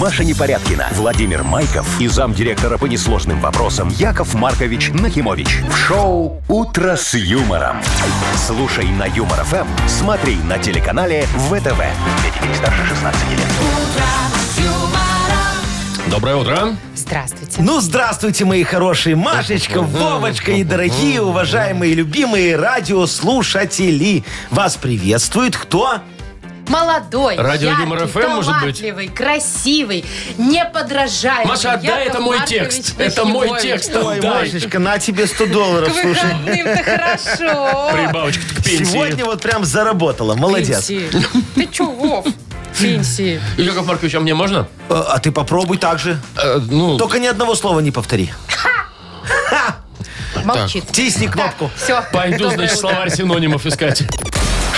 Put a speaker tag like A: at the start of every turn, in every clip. A: Маша Непорядкина, Владимир Майков и замдиректора по несложным вопросам Яков Маркович Нахимович. В шоу «Утро с юмором». Слушай на Юмор ФМ, смотри на телеканале ВТВ. Для детей старше 16 лет.
B: Доброе утро.
C: Здравствуйте.
D: Ну, здравствуйте, мои хорошие Машечка, Вовочка и дорогие, уважаемые, любимые радиослушатели. Вас приветствует кто?
C: Молодой,
B: Радио
C: яркий,
B: Юмор FM, может быть?
C: талантливый, красивый, неподражаемый.
B: Маша, отдай,
C: Яков
B: это мой
C: Маркович
B: текст. Это мой
C: Нахимович.
B: текст.
D: Ой,
B: Отдай.
D: Машечка, на тебе 100 долларов,
C: К
D: слушай.
C: выходным-то хорошо.
B: Прибавочка к пенсии.
D: Сегодня вот прям заработала, молодец. Э,
C: Пенсии. Ты чё, Вов? Пенсии.
B: Яков Маркович, а мне можно?
D: А ты попробуй так же.
B: Э, ну,
D: Только ни одного слова не повтори.
C: Молчит.
D: Тисни кнопку.
C: Все.
B: пойду, значит, словарь синонимов искать.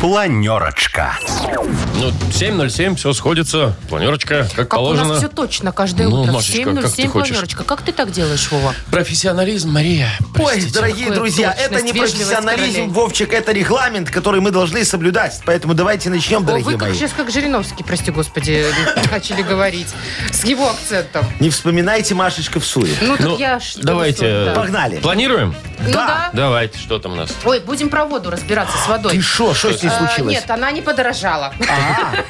A: Планерочка.
B: Ну, 7.07, все сходится. Планерочка, как,
C: Как у
B: положено.
C: нас все точно каждое
B: Ну,
C: утро. В
B: Машечка, как ты
C: 7.07
B: хочешь.
C: планерочка. Как ты так делаешь, Вова?
B: Профессионализм, Мария.
D: Ой,
B: простите.
D: дорогие
C: Какая
D: друзья,
C: точность,
D: это не
C: вежливость королей.
D: профессионализм, Вовчик, это регламент, который мы должны соблюдать. Поэтому давайте начнем,
C: О, вы
D: дорогие
C: как
D: мои.
C: сейчас как Жириновский, прости господи, начали говорить. С его акцентом.
D: Не вспоминайте Машечка в суе.
C: Ну, так
B: Ну,
C: я ж-
B: давайте. э,
C: да.
D: Погнали.
B: Планируем?
C: Ну да.
B: Давайте, что там у нас?
C: Ой, будем про воду разбираться с водой.
D: Ты шо, что с ней
C: А,
D: случилось? А,
C: Нет, она не подорожала.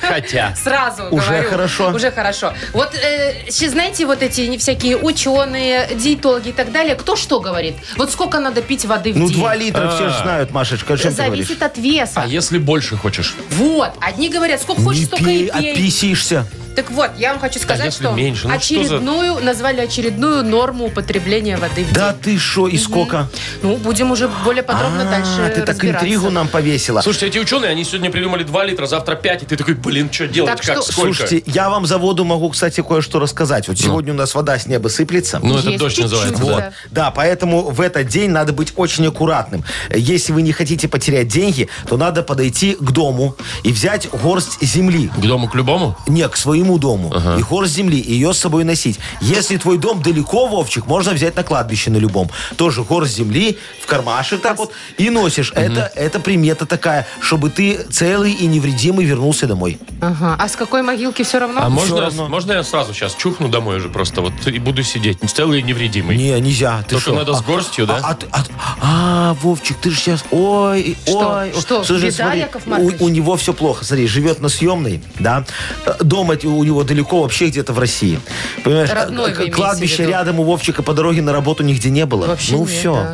B: Хотя.
C: Сразу
D: Уже
C: говорю.
D: хорошо.
C: Уже хорошо. Вот, э, щи- знаете, вот эти не всякие ученые, диетологи и так далее, кто что говорит? Вот сколько надо пить воды в
D: Ну,
C: день?
D: 2 литра, все же
B: А.
D: знают, Машечка, о чем ты говоришь?
C: Зависит от веса.
B: А если больше хочешь?
C: Вот. Одни говорят, сколько хочешь,
D: Не
C: столько и
D: пей, а
C: пей.
D: отписишься.
C: Так вот, я вам хочу сказать,
B: если
C: что
B: меньше? Ну, что за-
C: очередную, назвали очередную норму употребления воды в
D: Да
C: день.
D: ты шо, и сколько?
C: Ну, будем уже более подробно
D: А,
C: дальше
D: ты так
C: разбираться.
D: интригу нам повесила.
B: Слушайте, эти ученые, они сегодня придумали 2 литра, завтра 5, и ты такой, блин, что делать,
C: Так
B: как,
C: что-
B: сколько?
D: Слушайте, я вам за воду могу, кстати, кое-что рассказать. Вот сегодня у нас вода с неба сыплется.
B: ну, это
C: Есть
B: дождь
C: чуть-чуть,
B: называется, да.
C: да.
D: Да, поэтому в этот день надо быть очень аккуратным. Если вы не хотите потерять деньги, то надо подойти к дому и взять горсть земли.
B: К дому, к любому?
D: Не, к своему дому. И горсть земли, и ее с собой носить. Если твой дом далеко, Вовчик, можно взять на кладбище на любом. Тоже горсть земли в кармашек так вот и носишь. Это, это примета такая, чтобы ты целый и невредимый вернулся домой.
C: Ага. А с какой могилки все равно?
B: А можно,
D: равно.
B: можно я сразу сейчас чухну домой уже просто вот и буду сидеть целый и невредимый?
D: Не, нельзя. Ты
B: Только
D: шо?
B: надо с горстью, да?
D: А, а ты- а- а, Вовчик, ты же сейчас... Ой,
C: Что?
D: ой.
C: Что,
D: Слушай,
C: беда,
D: смотри,
C: Яков Маркович?
D: у, у него все плохо. Смотри, живет на съемной, да? Э, Дом от- у него далеко, вообще где-то в России. Понимаешь,
C: Родной вы
D: к-
C: имеете в
D: кладбище
C: виду?
D: рядом у Вовчика по дороге на работу нигде не было.
C: Вообще
D: ну
C: нет,
D: все.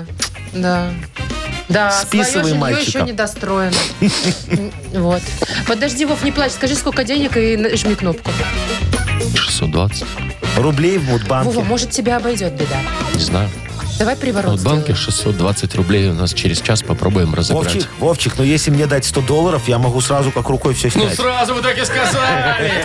C: Да. да. Да,
D: Списывай
C: свое жилье
D: мальчика.
C: еще не достроено. М, Вот. Подожди, Вов, не плачь. Скажи, сколько денег и на- жми кнопку.
B: 620,
D: Рублей в Мудбанке.
C: Вова, может, тебя обойдет беда.
B: не знаю. Ну,
C: Давай приворот
B: Вот банке
C: сделаем.
B: 620 рублей у нас через час попробуем разыграть.
D: Вовчик, Вовчик, но если мне дать 100 долларов, я могу сразу как рукой все
B: Ну
D: снять.
B: сразу вы так и сказали.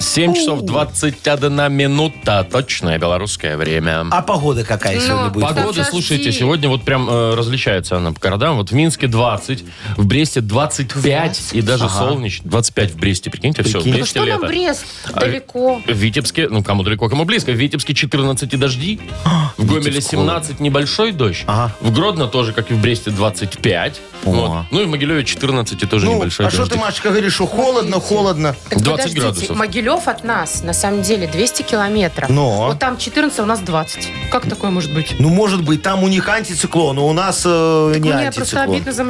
B: 7 часов 21 минута. Точное белорусское время.
D: А погода какая сегодня
C: Ну,
D: будет?
C: погода.
B: Погода,
C: подожди.
B: слушайте, сегодня вот прям э, различается она по городам. Вот в Минске 20, в Бресте 25 и даже солнечно. 25 в Бресте, прикиньте, все, в
D: Прикинь.
C: Ну
B: Бресте
C: что нам
B: лето.
C: Брест?
B: А,
C: Далеко.
B: В Витебске, ну кому далеко, кому близко. В Витебске 14 и дожди. В Гомеле 17 небольшой дождь.
D: А, Ага.
B: В Гродно тоже, как и в Бресте, 25. Вот. Ну и в Могилеве 14 и тоже
D: Ну, а
B: небольшой
D: что ты,
B: дождик.
D: Машечка, говоришь, что холодно, холодно?
C: Так
B: 20
C: подождите,
B: градусов.
C: Могилев от нас, на самом деле, 200 километров.
D: Но.
C: Вот там 14, а у нас 20. Как такое может быть?
D: Ну, может быть, там у них антициклон, а у нас э, не
C: Мне просто
D: антициклон.
C: обидно за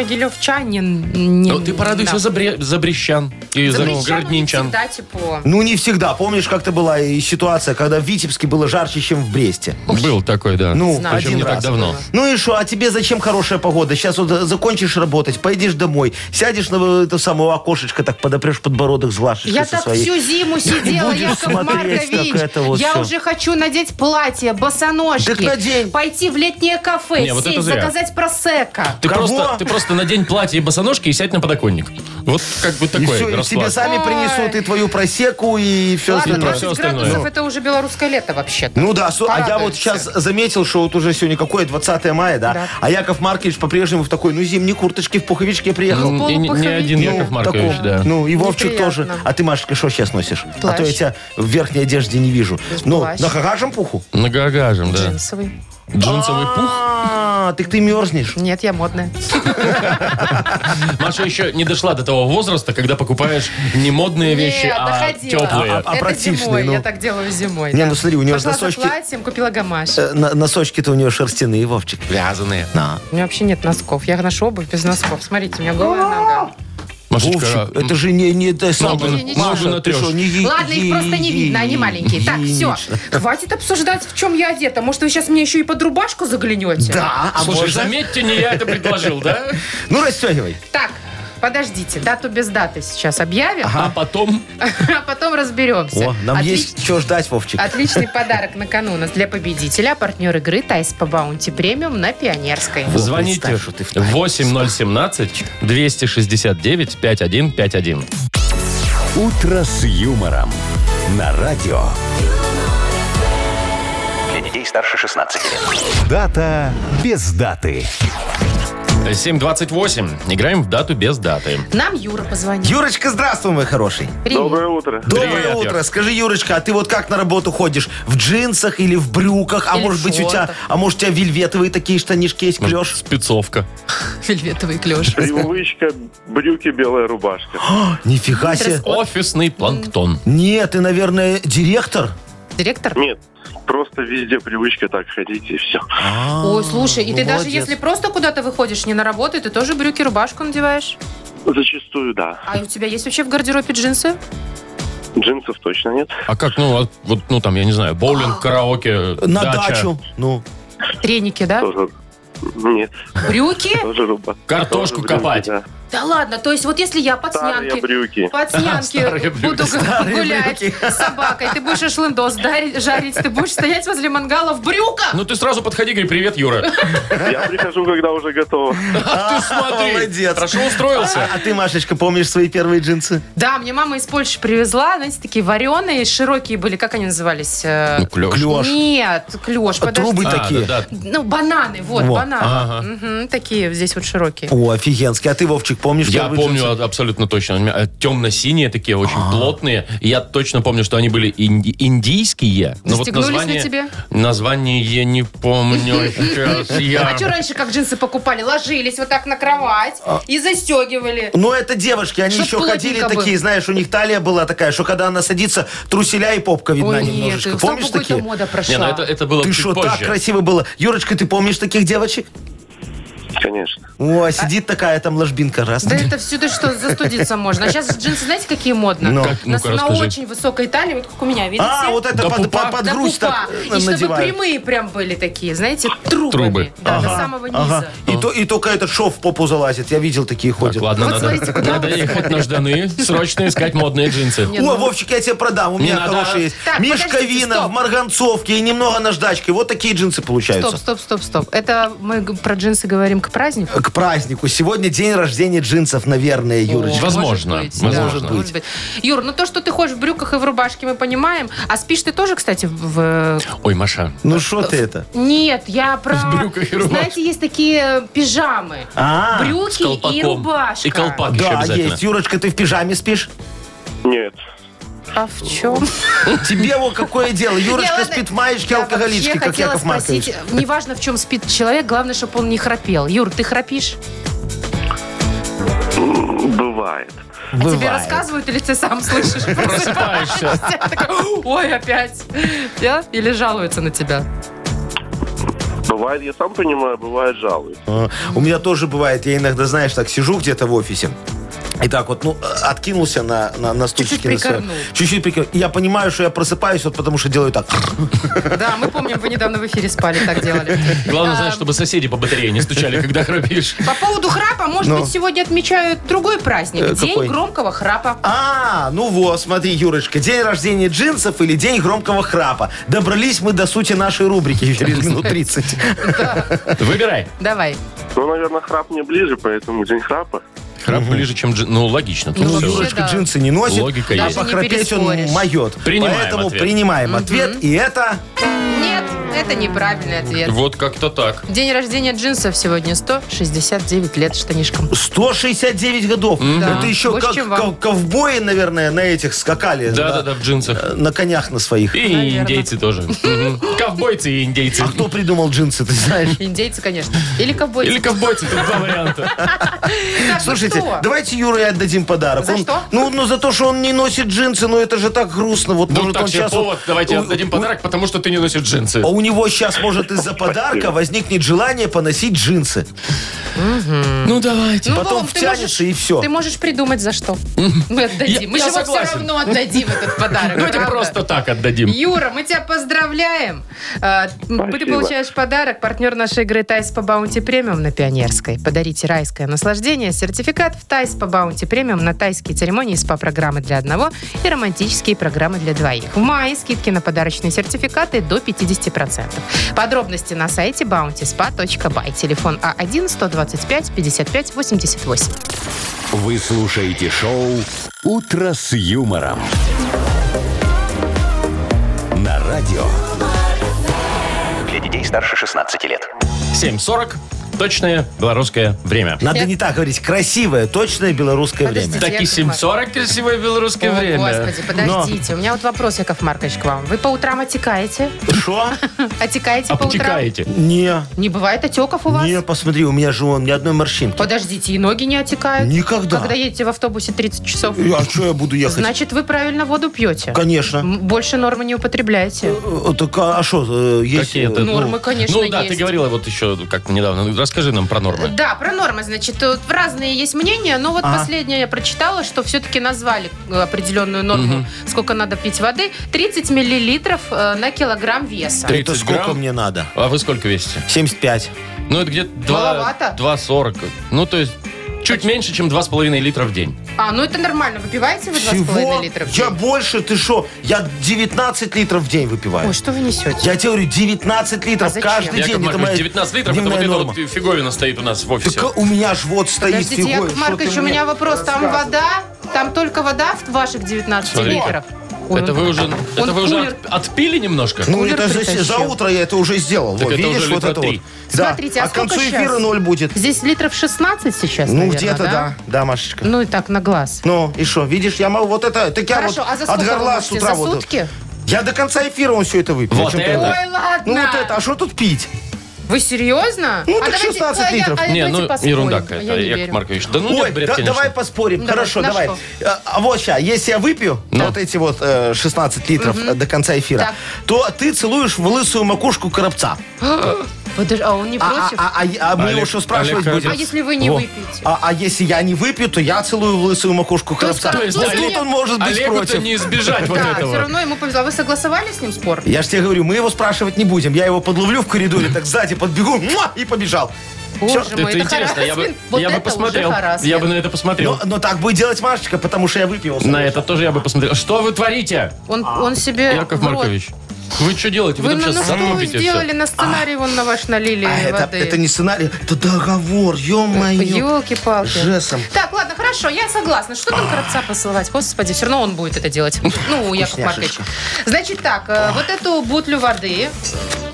C: могилевчанин. Не-
B: Ну, ты порадуйся
C: да.
B: за, бре- за брещан и за,
C: За брестчан
B: городнинчан.
C: всегда тепло.
D: Ну, не всегда. Помнишь, как-то была и ситуация, когда в Витебске было жарче, чем в Бресте?
B: Был такой, да.
D: Ну,
C: Знаю.
B: Причем
D: один
B: не так
D: раз.
B: давно.
D: Ну и что, а тебе зачем хорошая погода? Сейчас вот э, закончишь работать, пойдешь домой, сядешь на э, это самое окошечко, так подопрешь подбородок с глашечкой
C: Я
D: со
C: так
D: своей.
C: всю зиму сидела,
D: будешь
C: Яков
D: смотреть,
C: Маркович.
D: как это вот
C: я
D: всё.
C: уже хочу надеть платье, босоножки.
D: Так надень.
C: Пойти в летнее кафе,
B: Не, вот это
C: сесть,
B: зря.
C: заказать просека.
B: Ты
D: Кого?
B: просто, ты просто надень платье и босоножки и сядь на подоконник. Вот как бы
D: И
B: такой
D: всё, и тебе
B: расклад.
D: сами
C: Ой.
D: принесут и твою просеку, и все
C: Ладно,
B: про всё
C: 20
B: остальное.
C: градусов это уже белорусское лето вообще-то.
D: Ну да, су- а я вот
C: Порадуемся.
D: сейчас заметил, что вот уже сегодня какое, 20 мая, да?
C: Да.
D: А Яков Маркович по-прежнему в такой, ну, зимней курточке, в пуховичке приехал.
B: М, и не- не
C: полупуховик.
B: один Яков
D: Ну,
B: Маркович,
D: таком.
B: да.
D: Ну, и Вовчик
C: Неприятно.
D: тоже. А ты, Машечка, что сейчас носишь? А то я
C: Плащ.
D: тебя в верхней одежде не вижу. Ну,
C: плащ.
D: на хагажем пуху?
B: Многогажем, да.
C: Джинсовый.
B: Джинсовый пух.
D: А, так ты мерзнешь.
C: Нет, я модная.
B: Маша еще не дошла до того возраста, когда покупаешь не модные вещи,
C: Нет,
B: а
C: доходила.
B: теплые.
D: А- а-
C: это
D: практичный,
C: зимой,
D: ну.
C: я так делаю зимой.
D: Не,
C: да.
D: ну смотри, у нее же
C: Пошла за
D: носочки-
C: платьем, купила гамаш.
D: Э, на- Носочки-то у нее шерстяные, Вовчик.
B: Вязаные.
D: На.
C: У меня вообще нет носков. Я ношу обувь без носков. Смотрите, у меня голая нога.
B: Машечка, а,
D: Вовчик, это же не... не ты сам-
B: Ногу-
C: ногу
D: Маша, ты
B: натрешь.
D: что, не е-
C: Ладно,
D: е-
C: их просто не
D: е-
C: видно, они маленькие. Так, все,
D: единично.
C: хватит обсуждать, в чем я одета. Может, вы сейчас мне еще и под рубашку заглянете?
D: Да, а
B: слушай,
D: можно?
B: заметьте, не я это предложил, да?
D: Ну, расстегивай.
C: Так, подождите, дату без даты сейчас объявим,
B: А потом
C: а потом разберемся.
D: О, нам
C: Отли-
D: есть что ждать, Вовчик.
C: Отличный подарок на кону у нас для победителя. Партнер игры Тайс по Баунти Премиум на Пионерской.
B: звоните
D: представь, что ты в тайне.
B: 8017-269-5151.
A: «Утро с юмором» на радио.
E: Для детей старше 16 лет.
A: Дата без даты.
B: 728. Играем в дату без даты.
C: Нам Юра позвонил.
D: Юрочка, здравствуй, мой хороший.
C: Привет.
F: Доброе утро.
D: Доброе
B: Привет,
D: утро.
B: Яков.
D: Скажи, Юрочка, а ты вот как на работу ходишь? В джинсах или в брюках? А
C: Или
D: может
C: в
D: быть у тебя,
C: шортах.
D: а может у тебя вельветовые такие штанишки
B: Ну,
D: есть, клеш?
B: Спецовка.
C: Вельветовый клеш.
F: Привычка, брюки, белая рубашка.
D: А, Нифига себе.
B: Офисный планктон.
D: Нет, ты, наверное, директор?
C: Директор?
F: Нет, просто везде привычка так ходить и все.
C: Ой, слушай, и
D: ну,
C: ты даже
D: молодец.
C: если просто куда-то выходишь, не на работу, ты тоже брюки, рубашку надеваешь?
F: Зачастую, да.
C: А у тебя есть вообще в гардеробе джинсы?
F: Джинсов точно нет.
B: А как, ну, а вот, ну, там, я не знаю, боулинг, караоке,
D: На
B: дача,
D: дачу. Ну,
C: Треники, да?
F: Тоже нет,
C: Брюки?
F: тоже руба.
B: Картошку
F: тоже брюки,
B: копать.
F: да.
C: Да ладно, то есть вот если я под
F: Старые
C: снянки...
F: брюки.
C: Под снянки
B: Старые брюки.
C: буду
D: Старые
C: гулять
D: брюки.
C: с собакой, ты будешь шашлындос дарить- жарить, ты будешь стоять возле мангала в брюках.
B: Ну ты сразу подходи, говори, привет, Юра.
F: Я прихожу, когда уже готово.
B: А ты смотри,
D: молодец.
B: хорошо устроился.
D: а ты, Машечка, помнишь свои первые джинсы?
C: Да, мне мама из Польши привезла, знаете, такие вареные, широкие были, как они назывались? Э,
B: клёш.
D: Клеш.
C: Нет, клеш, подожди.
D: Ну, Трубы
B: А,
D: такие.
B: Ну, да, да.
C: Ну, бананы, вот,
D: Во.
C: бананы. Мгм, такие здесь вот широкие.
D: О, офигенский. А ты, Вовчик, помнишь
B: Я
D: первые
B: помню
D: джинсы?
B: а- абсолютно точно. У меня темно-синие такие, очень
D: А.
B: плотные. И Я точно помню, что они были инди- индийские. Но вот
C: Застегнулись на
B: название,
C: тебе?
B: Название я не помню сейчас. Я...
C: А что раньше, как джинсы покупали? Ложились вот так на кровать
D: А.
C: и застегивали.
D: Ну, это девушки, они
C: Чтоб
D: еще ходили
C: плотненько
D: такие,
C: было.
D: знаешь, у них талия была такая, что когда она садится, труселя и попка видна
C: Ой, нет,
D: немножечко.
C: там
D: помнишь
C: какой-то
D: такие?
C: мода прошла.
B: Не, ну это, это было
D: Ты
B: чуть
D: что, так
B: позже.
D: красиво было. Юрочка, ты помнишь таких девочек?
F: Конечно.
D: О, сидит такая там ложбинка, раз.
C: А Да это все, ты что, застудиться можно. А сейчас джинсы, знаете, какие модно?
D: Ну.
B: Как?
C: На,
B: Ну-ка,
C: на
B: расскажи.
C: очень высокой талии, вот как у меня, видите?
D: А, вот это
B: Да
D: под,
B: пупа.
D: под- под
C: Да,
D: грудь
C: пупа.
D: так э,
C: И чтобы
D: надевают.
C: прямые прям были такие, знаете, трубы.
B: Трубы.
C: Да, до самого низа.
D: Ага. И, то, и только этот шов в попу залазит. Я видел, такие
B: Так,
D: ходят.
B: ладно,
C: Вот
B: надо,
C: смотрите, куда
B: надо
C: вы
B: ехать на Жданы, срочно искать модные джинсы.
C: Не,
D: О,
C: ну-
D: Вовчик, я тебе продам. У
B: Не
D: меня
B: надо.
D: хорошие есть.
C: Так,
D: Мишка
C: подождите,
D: Вина в
C: стоп.
D: марганцовке и немного наждачки. Вот такие джинсы
C: Стоп,
D: получаются.
C: стоп, стоп, стоп. Это мы г- про джинсы говорим к празднику?
D: К празднику. Сегодня день рождения джинсов, наверное, Юрочка.
B: возможно,
C: Может быть,
B: возможно.
C: да,
B: Может
C: может быть. Юр, ну то, что ты ходишь в брюках и в рубашке, мы понимаем. А спишь ты тоже, кстати, в...
B: Ой, Маша,
D: Ну что ты это?
C: Нет, я про...
B: В брюках и рубашке.
C: Знаете, есть такие пижамы.
D: А,
B: с
C: Брюки
B: колпаком.
C: и рубашка.
B: И колпак еще
D: да,
B: обязательно.
D: есть. Юрочка, ты в пижаме спишь?
F: Нет.
C: А в чем?
D: Тебе вот какое дело?
C: Не,
D: Юрочка
C: ладно.
D: спит в маечке
C: Я
D: алкоголички,
C: вообще
D: как
C: хотела
D: Яков Маркович.
C: спросить, э, Неважно, в чем спит человек, главное, чтобы он не храпел. Юр, ты храпишь?
F: Бывает.
C: А тебе
D: Бывает.
C: рассказывают или ты сам слышишь?
B: Просыпаешься.
C: Такой, Ой, опять. Да? Или жалуются на тебя?
F: Бывает, я сам понимаю, бывает жалуюсь.
D: А, У меня тоже бывает, я иногда, знаешь, так сижу где-то в офисе. И так вот, ну, э, откинулся на, на, на стульчике.
C: Чуть-чуть
D: на своем.
C: прикорнул.
D: Чуть-чуть прикорнул. И я понимаю, что я просыпаюсь, вот потому что делаю так.
C: Да, мы помним, вы недавно в эфире спали, так делали.
B: Главное, знаешь, чтобы соседи по батарее не стучали, когда храпишь.
C: По поводу храпа, может
D: Ну.
C: быть, сегодня отмечают другой праздник.
D: Э,
C: День
D: какой?
C: громкого храпа.
D: А, ну вот, смотри, Юрочка, день рождения джинсов или день громкого храпа. Добрались мы до сути нашей рубрики через минут 30.
B: Выбирай.
C: Давай.
F: Ну, наверное, храп мне ближе, поэтому день храпа.
B: Храп ближе, чем джин. Ну, логично. тут всё.
D: Ну,
C: вообще,
D: Юрочка
C: да.
D: джинсы не носит,
B: Логика
D: а
B: есть.
D: похрапеть
C: Даже
D: он
C: не
D: моет.
B: Принимаем
D: Поэтому
B: ответ.
D: принимаем ответ, и это...
C: Нет, это неправильный ответ.
B: Вот как-то так.
C: День рождения джинсов сегодня 169 лет штанишкам.
D: 169 годов. Это еще
C: Больше,
D: как
C: чем вам.
D: ков- ковбои, наверное, на этих скакали. на,
B: Да-да-да, в джинсах.
D: э, на конях на своих.
B: И индейцы тоже. Мгм. Ковбойцы и индейцы.
D: А кто придумал джинсы, ты знаешь?
C: Индейцы, конечно. Или ковбойцы.
B: Или ковбойцы, тут два варианта.
C: Так, ну
D: Слушайте,
C: что?
D: давайте Юре отдадим подарок.
C: За
D: Он-
C: что?
D: Ну, ну, за то, что он не носит джинсы, но это же так грустно. Вот,
B: Ну
D: может,
B: так
D: он
B: себе
D: сейчас...
B: повод, давайте отдадим подарок, потому что ты не носишь джинсы.
D: А у него сейчас, может, из-за подарка возникнет желание поносить джинсы.
B: Ну давайте.
C: Ну,
D: потом
C: Вов, ты
D: втянешься,
C: можешь-
D: и всё.
C: Ты можешь придумать, за что. Мы
B: Я-
C: отдадим. Мы
B: я
C: же его все
B: согласен.
C: равно отдадим, этот подарок.
B: Давайте
C: правда?
B: просто так отдадим.
C: Юра, мы тебя поздравляем. А, Ты получаешь подарок. Партнер нашей игры Тайс по Баунти Премиум на Пионерской. Подарите райское наслаждение. Сертификат в Тайс по Баунти Премиум на тайские церемонии СПА-программы для одного и романтические программы для двоих. В мае скидки на подарочные сертификаты до 50%. Подробности на сайте bountyspa.by. Телефон А А1-125-55-88.
A: Вы слушаете шоу «Утро с юмором». На радио.
E: Для детей старше 16 лет.
B: 7.40. Точное белорусское время.
D: Надо не так говорить. Красивое, точное белорусское
C: Подождите.
D: время.
B: Таки
C: Яков
B: 7.40 красивое белорусское
C: О,
B: время.
C: Господи, подождите. У меня вот вопрос, Яков Маркович, к вам. Вы по утрам отекаете?
D: Что?
B: А
C: Отекаете по утрам?
B: Обтекаете.
D: Не.
C: Не бывает отеков у вас?
D: Не, посмотри, у меня же он ни одной морщинки.
C: Подождите, и ноги не отекают?
D: Никогда.
C: Когда едете в автобусе 30 часов?
D: Э, А что я буду ехать?
C: Значит, вы правильно воду пьете?
D: Конечно.
C: М, Больше нормы не употребляете?
D: Э, Так, а что, есть...
B: Какие-то,
D: э,
B: ну,
C: Нормы, конечно,
B: Ну да, ты
C: есть. Э,
B: говорила вот еще как недавно. Ну, Расскажи нам про нормы.
C: Да, про нормы, значит, тут разные есть мнения, но вот
B: А.
D: Ага.
C: последнее я прочитала, что все-таки назвали э, определенную норму, сколько надо пить воды, 30 миллилитров э, на килограмм веса.
B: Три-
D: Это
B: 30
D: сколько
B: грамм?
D: мне надо?
B: А вы сколько весите?
D: 75.
B: Ну, это где-то два-
C: Маловато.
B: 2,40. Ну, то есть чуть меньше, чем 2,5 литра в день.
C: А, ну это нормально, выпиваете вы 2,5 литра в
D: Я
C: день?
D: больше, ты что? Я 19 литров в день выпиваю.
C: Ой, что вы несете?
D: Я тебе говорю, 19
C: А
D: литров
C: зачем?
D: каждый
B: Яков
D: день. Это
B: Маркович,
D: моя
B: 19 литров, это
D: дневная
B: вот эта
D: норма.
B: вот фиговина стоит у нас в офисе.
D: Так а, у меня ж вот стоит
C: Подождите,
D: фигура, Ну,
C: Яков
D: что
C: Маркович,
D: ты
C: у
D: мне
C: меня вопрос. Там
D: рассказываешь?
C: вода, там только вода в ваших 19
B: Смотрите.
C: литров. Ой,
B: Это
C: он-
B: вы уже, это
C: он
B: вы уже
C: кулер.
B: от- отпили немножко?
D: Ну,
C: Кулер
D: это же
C: притащил.
D: за утро я это уже сделал.
B: Так
D: вот,
B: это уже
D: видишь, вот
B: литра
D: это
B: три.
D: вот. Да.
C: Смотрите, а
D: к концу
C: сколько
D: эфира
C: щас?
D: ноль будет.
C: Здесь литров 16 сейчас,
D: Ну,
C: наверное,
D: где-то, да? да. Машечка.
C: Ну и так, на глаз.
D: Ну, и что, видишь, я могу вот это, так я
C: Хорошо,
D: вот
C: а за
D: от
C: сколько вы
D: горла с
C: можете?
D: утра
C: За
D: вот.
C: сутки?
D: Я до конца эфира он все это выпил.
B: Вот
D: О чем ты
B: это.
D: говоришь?
C: Ой, ладно.
D: Ну вот это, а что тут пить?
C: Вы серьезно?
D: Ну,
C: а
D: так 16
C: а я-
D: литров.
C: а я
B: не,
C: давайте
B: ну
C: поспорим.
B: ерунда
C: А
B: какая-то,
C: я не
B: Яков
C: верю.
B: маркович. Да ну нет,
D: Ой,
B: бред,
D: да-
B: конечно.
D: давай поспорим.
C: Ну, Давай,
D: Хорошо,
C: на
D: давай.
C: что?
D: Э, а вот сейчас, если я выпью
B: Ну.
D: вот эти вот э, 16 литров э, до конца эфира,
C: Так.
D: то ты целуешь в лысую макушку коробца.
C: Подож- а он не
D: А,
C: против?
D: а- а- а я- а мы
B: Олег-
D: его что спрашивать
B: Олег
D: будем?
C: А если вы не
D: Во.
C: выпьете?
D: А, а если я не выпью, то я целую в лысую макушку
C: есть
D: коробца.
C: То есть,
D: Вот
C: Олег-
D: тут он может быть
B: Олегу-то
D: против.
B: не избежать вот
C: да, все
B: этого.
C: равно ему повезло. А Вы согласовали с ним спор?
D: Я же тебе говорю, мы его спрашивать не будем. Я его подловлю в коридоре, так сзади подбегу муа, и побежал.
C: Боже
B: Это,
C: мой, это,
B: интересно, я бы,
C: харасмент. вот
B: я бы
C: это уже
B: посмотрел. Я
C: харасмент.
B: бы на это посмотрел.
D: Но, но так будет делать Машечка, потому что я выпил.
C: Ну,
B: на это тоже я бы посмотрел. Что вы творите,
C: Он, он себе
B: Яков
C: в рот
B: Маркович? Вы что делаете? Вы,
C: Э, Вы
B: там
C: на,
B: сейчас
C: на что вы
B: затупите
C: сделали?
B: все.
C: На сценарий вон на ваш налили
D: А это,
C: э, воды. Э,
D: это не сценарий, это договор, ё-моё.
C: Елки-палки.
D: Жесом.
C: Так, ладно, хорошо, я согласна. Что там коробца посылать? Господи, все равно он будет это делать. Ну, Яков Маркович.
D: Вкусняшечка.
C: Значит так, э, вот эту бутлю воды.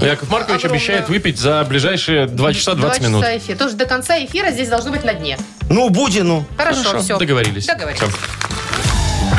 B: Яков Маркович
C: Огромное.
B: обещает выпить за ближайшие 2 часа 20
C: два
B: минут.
C: часа эфира. Тоже до конца эфира здесь должно быть на дне.
D: Ну, буди, ну.
C: Хорошо,
B: Хорошо,
C: все.
B: договорились.
C: Договорились.
B: Всё.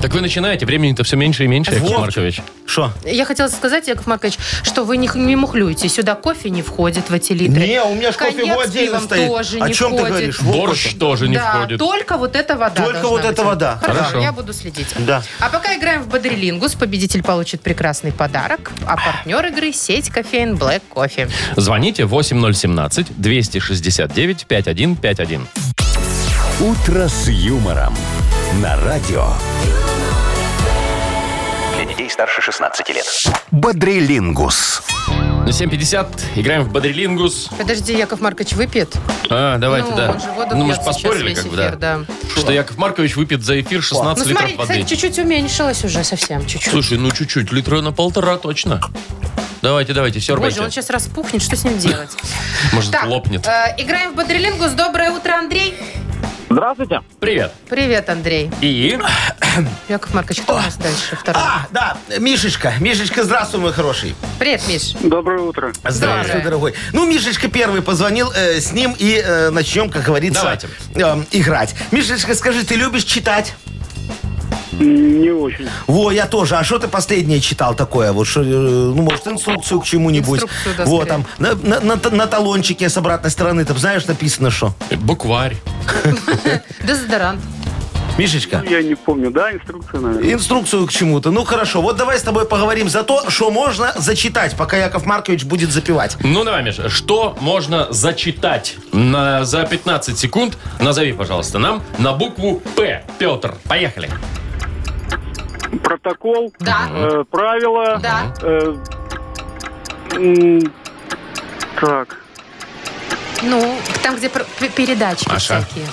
B: Так вы начинаете, времени-то все меньше и меньше, Яков
D: Вовчик.
B: Маркович.
D: Что?
C: Я хотела сказать, Яков Маркович, что вы не, х- не мухлюете. Сюда кофе не входит в эти литры.
D: Не, у меня ж кофе
C: Коньяк
D: его
C: с
D: отдельно
C: пивом
D: стоит.
C: тоже
D: О
C: не
D: чем
C: входит.
D: ты говоришь? Вот
B: Борщ
D: кофе.
B: тоже не
C: да,
B: входит.
C: только вот эта вода.
D: Только
C: должна
D: вот
C: быть.
D: эта вода.
C: Хорошо,
B: Хорошо.
C: я буду следить.
D: Да.
C: А пока играем в Бодрилингус, победитель получит прекрасный подарок, а партнер игры – сеть кофеин Black Кофе.
B: Звоните 8017-269-5151.
A: «Утро с юмором» на радио
E: Для детей старше 16 лет.
A: «Бодрилингус».
B: На 7.50 играем в Бодрилингус.
C: Подожди, Яков Маркович выпьет?
B: А, давайте,
C: ну,
B: да.
C: он же воду
B: ну, мы же
C: пьет сейчас
B: поспорили,
C: весь
B: как бы,
C: эфир,
B: да.
C: да.
B: Что что Яков Маркович выпьет за эфир 16
C: Ну,
B: литров
C: смотри,
B: воды.
C: кстати, чуть-чуть уменьшилось уже совсем. Чуть-чуть.
B: Слушай, ну чуть-чуть, литра на полтора точно. Давайте, давайте, все
C: Боже,
B: рвайте.
C: он сейчас распухнет, что с ним делать?
B: Может,
C: Так,
B: лопнет.
C: э, играем в Бодрилингус. Доброе утро, Андрей.
G: Здравствуйте.
B: Привет.
C: Привет, Андрей.
B: И?
C: Яков Маркович, кто у нас дальше? Второй.
D: А, да, Мишечка. Мишечка, здравствуй, мой хороший.
C: Привет, Миш.
F: Доброе утро.
D: Здравствуй,
C: Здравствуй.
D: дорогой. Ну, Мишечка первый позвонил, э, с ним и э, начнем, как говорится,
B: Давайте.
D: эм, играть. Мишечка, скажи, ты любишь читать?
F: Не очень.
D: Во, я тоже. А что ты последнее читал такое? Вот что, э, ну, может, инструкцию к чему-нибудь.
C: Инструкцию, да,
D: вот
C: скорее.
D: там, на, на- на та- на талончике с обратной стороны, там, знаешь, написано что?
B: Букварь.
C: Дезодорант.
D: Мишечка,
F: Я не помню, да, инструкция, наверное.
D: инструкцию к чему-то. Ну, хорошо. Вот давай с тобой поговорим за то, что можно зачитать, пока Яков Маркович будет запивать.
B: Ну давай, Миша, что можно зачитать на, за 15 секунд? Назови, пожалуйста, нам на букву П. Петр, поехали.
F: Протокол,
C: Да,
F: э, правила.
C: да.
F: э, м, так,
C: Ну, там, где про- п- передачки
B: Маша. А,
C: всякие.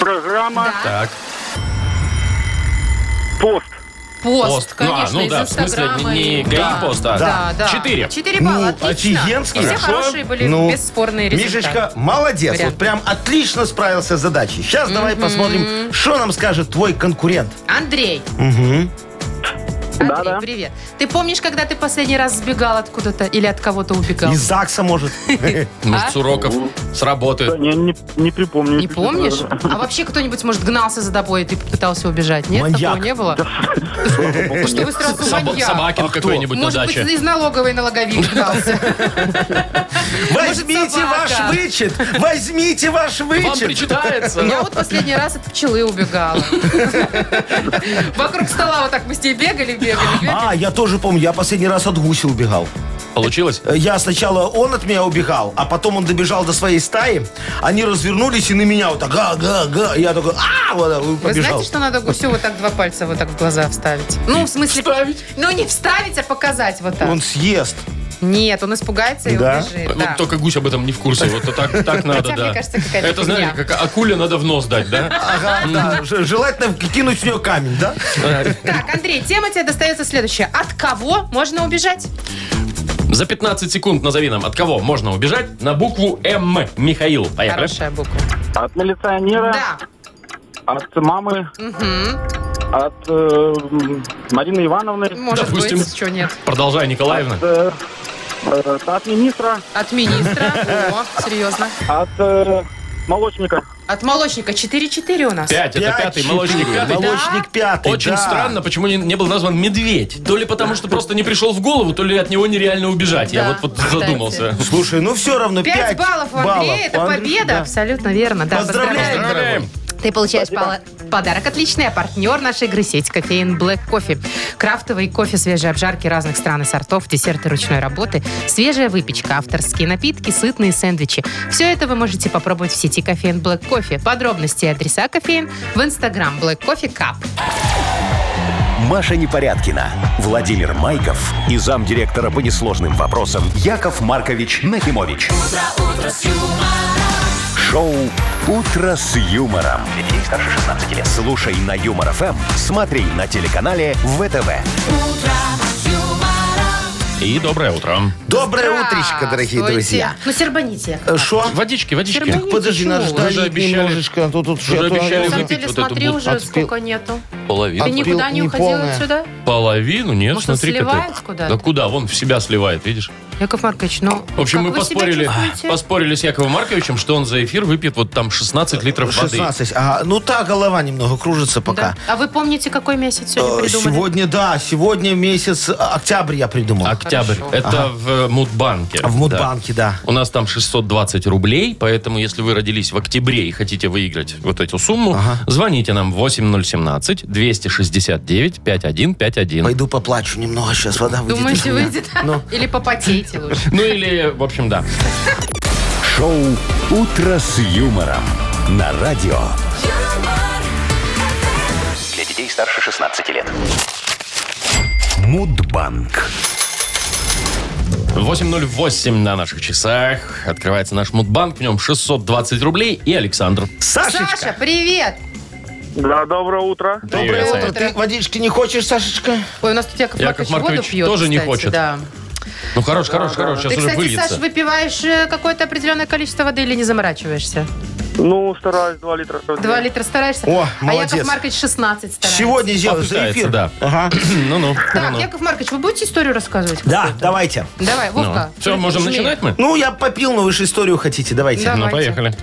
F: программа,
C: Да.
B: Так.
F: пост.
C: Пост,
B: Пост. Ну, а,
C: конечно,
B: ну
C: из
B: да, в смысле,
C: Инстаграма.
B: не- не
C: Да,
B: гей-пост, а-
C: Да, да.
B: Четыре.
C: Четыре балла,
D: Ну,
C: отлично.
D: офигенски.
C: И все
D: Хорошо.
C: хорошие были
D: Ну,
C: бесспорные результаты.
D: Мишечка, молодец.
C: Вариант.
D: Вот прям отлично справился с задачей. Сейчас давай посмотрим, что нам скажет твой конкурент.
C: Андрей. Андрей,
G: Да-да.
C: привет. Ты помнишь, когда ты последний раз сбегал откуда-то или от кого-то убегал?
D: Из ЗАГСа, может.
B: Может, с уроков, с работы.
G: Не, не, не припомню.
C: Не помнишь? А вообще кто-нибудь, может, гнался за тобой, и ты пытался убежать? Нет,
D: Маньяк.
C: такого не было? Что вы сразу
B: Собак-
C: маньяк?
B: собакин какой-нибудь на
C: Может быть,
B: даче.
C: из налоговой налоговик гнался.
D: Возьмите ваш
C: собака.
D: вычет! Возьмите ваш
B: Вам
D: вычет!
B: причитается.
C: Я вот последний раз от пчелы убегала. Вокруг стола вот так мы с ней бегали, бегали, бегали.
D: А, я тоже помню, я последний раз от гуси убегал.
B: Получилось?
D: Э, Я сначала он от меня убегал, а потом он добежал до своей стаи. Они развернулись и на меня вот так га-га-га. Я такой, а, вот так, и
C: Вы
D: побежал.
C: знаете, что надо гусю вот так два пальца вот так в глаза вставить? Ну, в смысле...
B: Вставить?
C: Ну, не вставить, а показать вот так.
D: Он съест.
C: Нет, он испугается и
D: Да?
C: убежит.
B: Вот
C: да.
B: только гусь об этом не в курсе. Вот так, так надо,
C: Хотя,
B: да.
C: мне кажется, какая-то
B: Это, знаешь,
C: фигня.
B: как акуле надо в нос дать, да?
D: Ага, да. Ж- Желательно кинуть в нее камень, да?
C: Так, Андрей, тема тебе достается следующая. От кого можно убежать?
B: За 15 секунд назови нам, от кого можно убежать на букву М. Михаил, поехали.
C: Хорошая буква.
G: От милиционера,
C: Да.
G: от мамы,
C: Мгм.
G: от э, м, Марины Ивановны,
C: Может
B: Допустим.
C: быть, что нет.
B: Продолжай, Николаевна.
G: э, э, от министра,
C: От министра. О, серьезно.
G: от э, молочника.
C: От молочника. 4-4 у нас.
B: Пять, это пятый, молочник
D: четыре,
B: пятый.
D: Молочник пятый,
B: Очень
D: да.
B: странно, почему не, не был назван медведь. То ли потому, что просто не пришел в голову, то ли от него нереально убежать. Я
C: Да,
B: вот, вот
C: кстати.
B: задумался.
D: Слушай, ну все равно
C: 5
D: 5,
C: баллов у Андрея. Это победа. Абсолютно верно. Да,
D: Поздравляем.
C: поздравляем.
B: Поздравляем.
C: Ты получаешь пала- подарок отличный, а партнер нашей игры сеть кофеин Black Coffee. Крафтовый кофе, свежие обжарки разных стран и сортов, десерты ручной работы, свежая выпечка, авторские напитки, сытные сэндвичи. Все это вы можете попробовать в сети кофеин Black Coffee. Подробности и адреса кофеин в Instagram Black Coffee Cup.
A: Маша Непорядкина, Владимир Майков и замдиректора по несложным вопросам Яков Маркович Нахимович. Шоу Утро с юмором. Для детей старше 16 лет. Слушай на юмор ФМ, смотри на телеканале ВТВ.
B: И доброе утро.
D: Доброе утречко, дорогие
C: Здравствуйте.
D: друзья.
C: А, Ну, сербаните.
D: Э, Шо?
B: Водички, водички.
C: Терпи-
D: Подожди,
C: Ничего.
D: надо
B: Вы
D: ждать
B: же обещали-
D: немножечко. а то тут
B: же
D: что-то-
B: обещали
C: На самом
B: выпить
C: деле,
B: вот эту
C: смотри
B: бут-
C: уже,
D: отпил.
C: сколько нету.
B: Половину.
C: Ты
D: Отпил
C: никуда не уходил
D: неполное.
C: отсюда?
B: Половину? Нет,
C: Может, он
B: смотри
C: сливает куда-то?
B: Да куда? Вон, в себя сливает, видишь?
C: Яков Маркович, ну,
B: В общем,
C: как
B: мы
C: вы себя
B: поспорили,
C: чувствуете?
B: поспорили с Яковом Марковичем, что он за эфир выпьет вот там 16 литров воды.
D: 16. Ага, ну та голова немного кружится
C: Да.
D: пока.
C: А вы помните, какой месяц сегодня
D: Э,
C: придумали?
D: Сегодня, да, сегодня месяц э, октябрь я придумал.
B: Октябрь.
C: Хорошо.
B: Это в э, Мудбанке.
D: А В
B: Да.
D: Мудбанке, да.
B: У нас там 620 рублей, поэтому если вы родились в октябре и хотите выиграть вот эту сумму, звоните нам 8017-269-5151.
D: Пойду поплачу немного, сейчас вода выйдет. Ну.
C: Думаете,
D: из меня.
C: выйдет? Или попотеете лучше?
B: Ну или, в общем, да.
A: Шоу Утро с юмором на радио.
E: Для детей старше 16 лет.
A: Мудбанк.
B: 8.08 на наших часах. Открывается наш Мудбанк, в нем 620 рублей и Александр.
D: Сашечка,
C: Саша, привет!
F: Да, доброе утро.
D: Доброе
B: Привет,
D: утро.
C: Сань.
D: Ты водички не хочешь, Сашечка?
C: Ой, у нас тут Яков,
B: Яков Маркович
C: воду пьет,
B: тоже не
C: кстати,
B: хочет.
C: Да.
B: Ну, хорош, хорош, хорош, сейчас
C: Ты,
B: уже
C: кстати, Саш,
B: выльется.
C: выпиваешь э, какое-то определенное количество воды или не заморачиваешься?
F: Ну, стараюсь 2 литра. каждый
C: Два
F: день.
C: литра стараешься?
D: Э, О,
C: А Яков
D: молодец.
C: Маркович 16 старается.
D: Сегодня сделаем за
B: Попытается,
D: эфир.
B: да.
D: Ага.
B: Ну-ну,
C: Так,
B: ну-ну.
C: Яков Маркович, вы будете историю рассказывать?
D: Да,
C: какую-то?
D: давайте.
C: Давай, Вовка.
B: Все, Ну, можем
C: жми.
B: начинать мы?
D: Ну, я попил, но вы же историю хотите. Давайте.
C: Да.
B: Ну,
C: давайте.
B: поехали.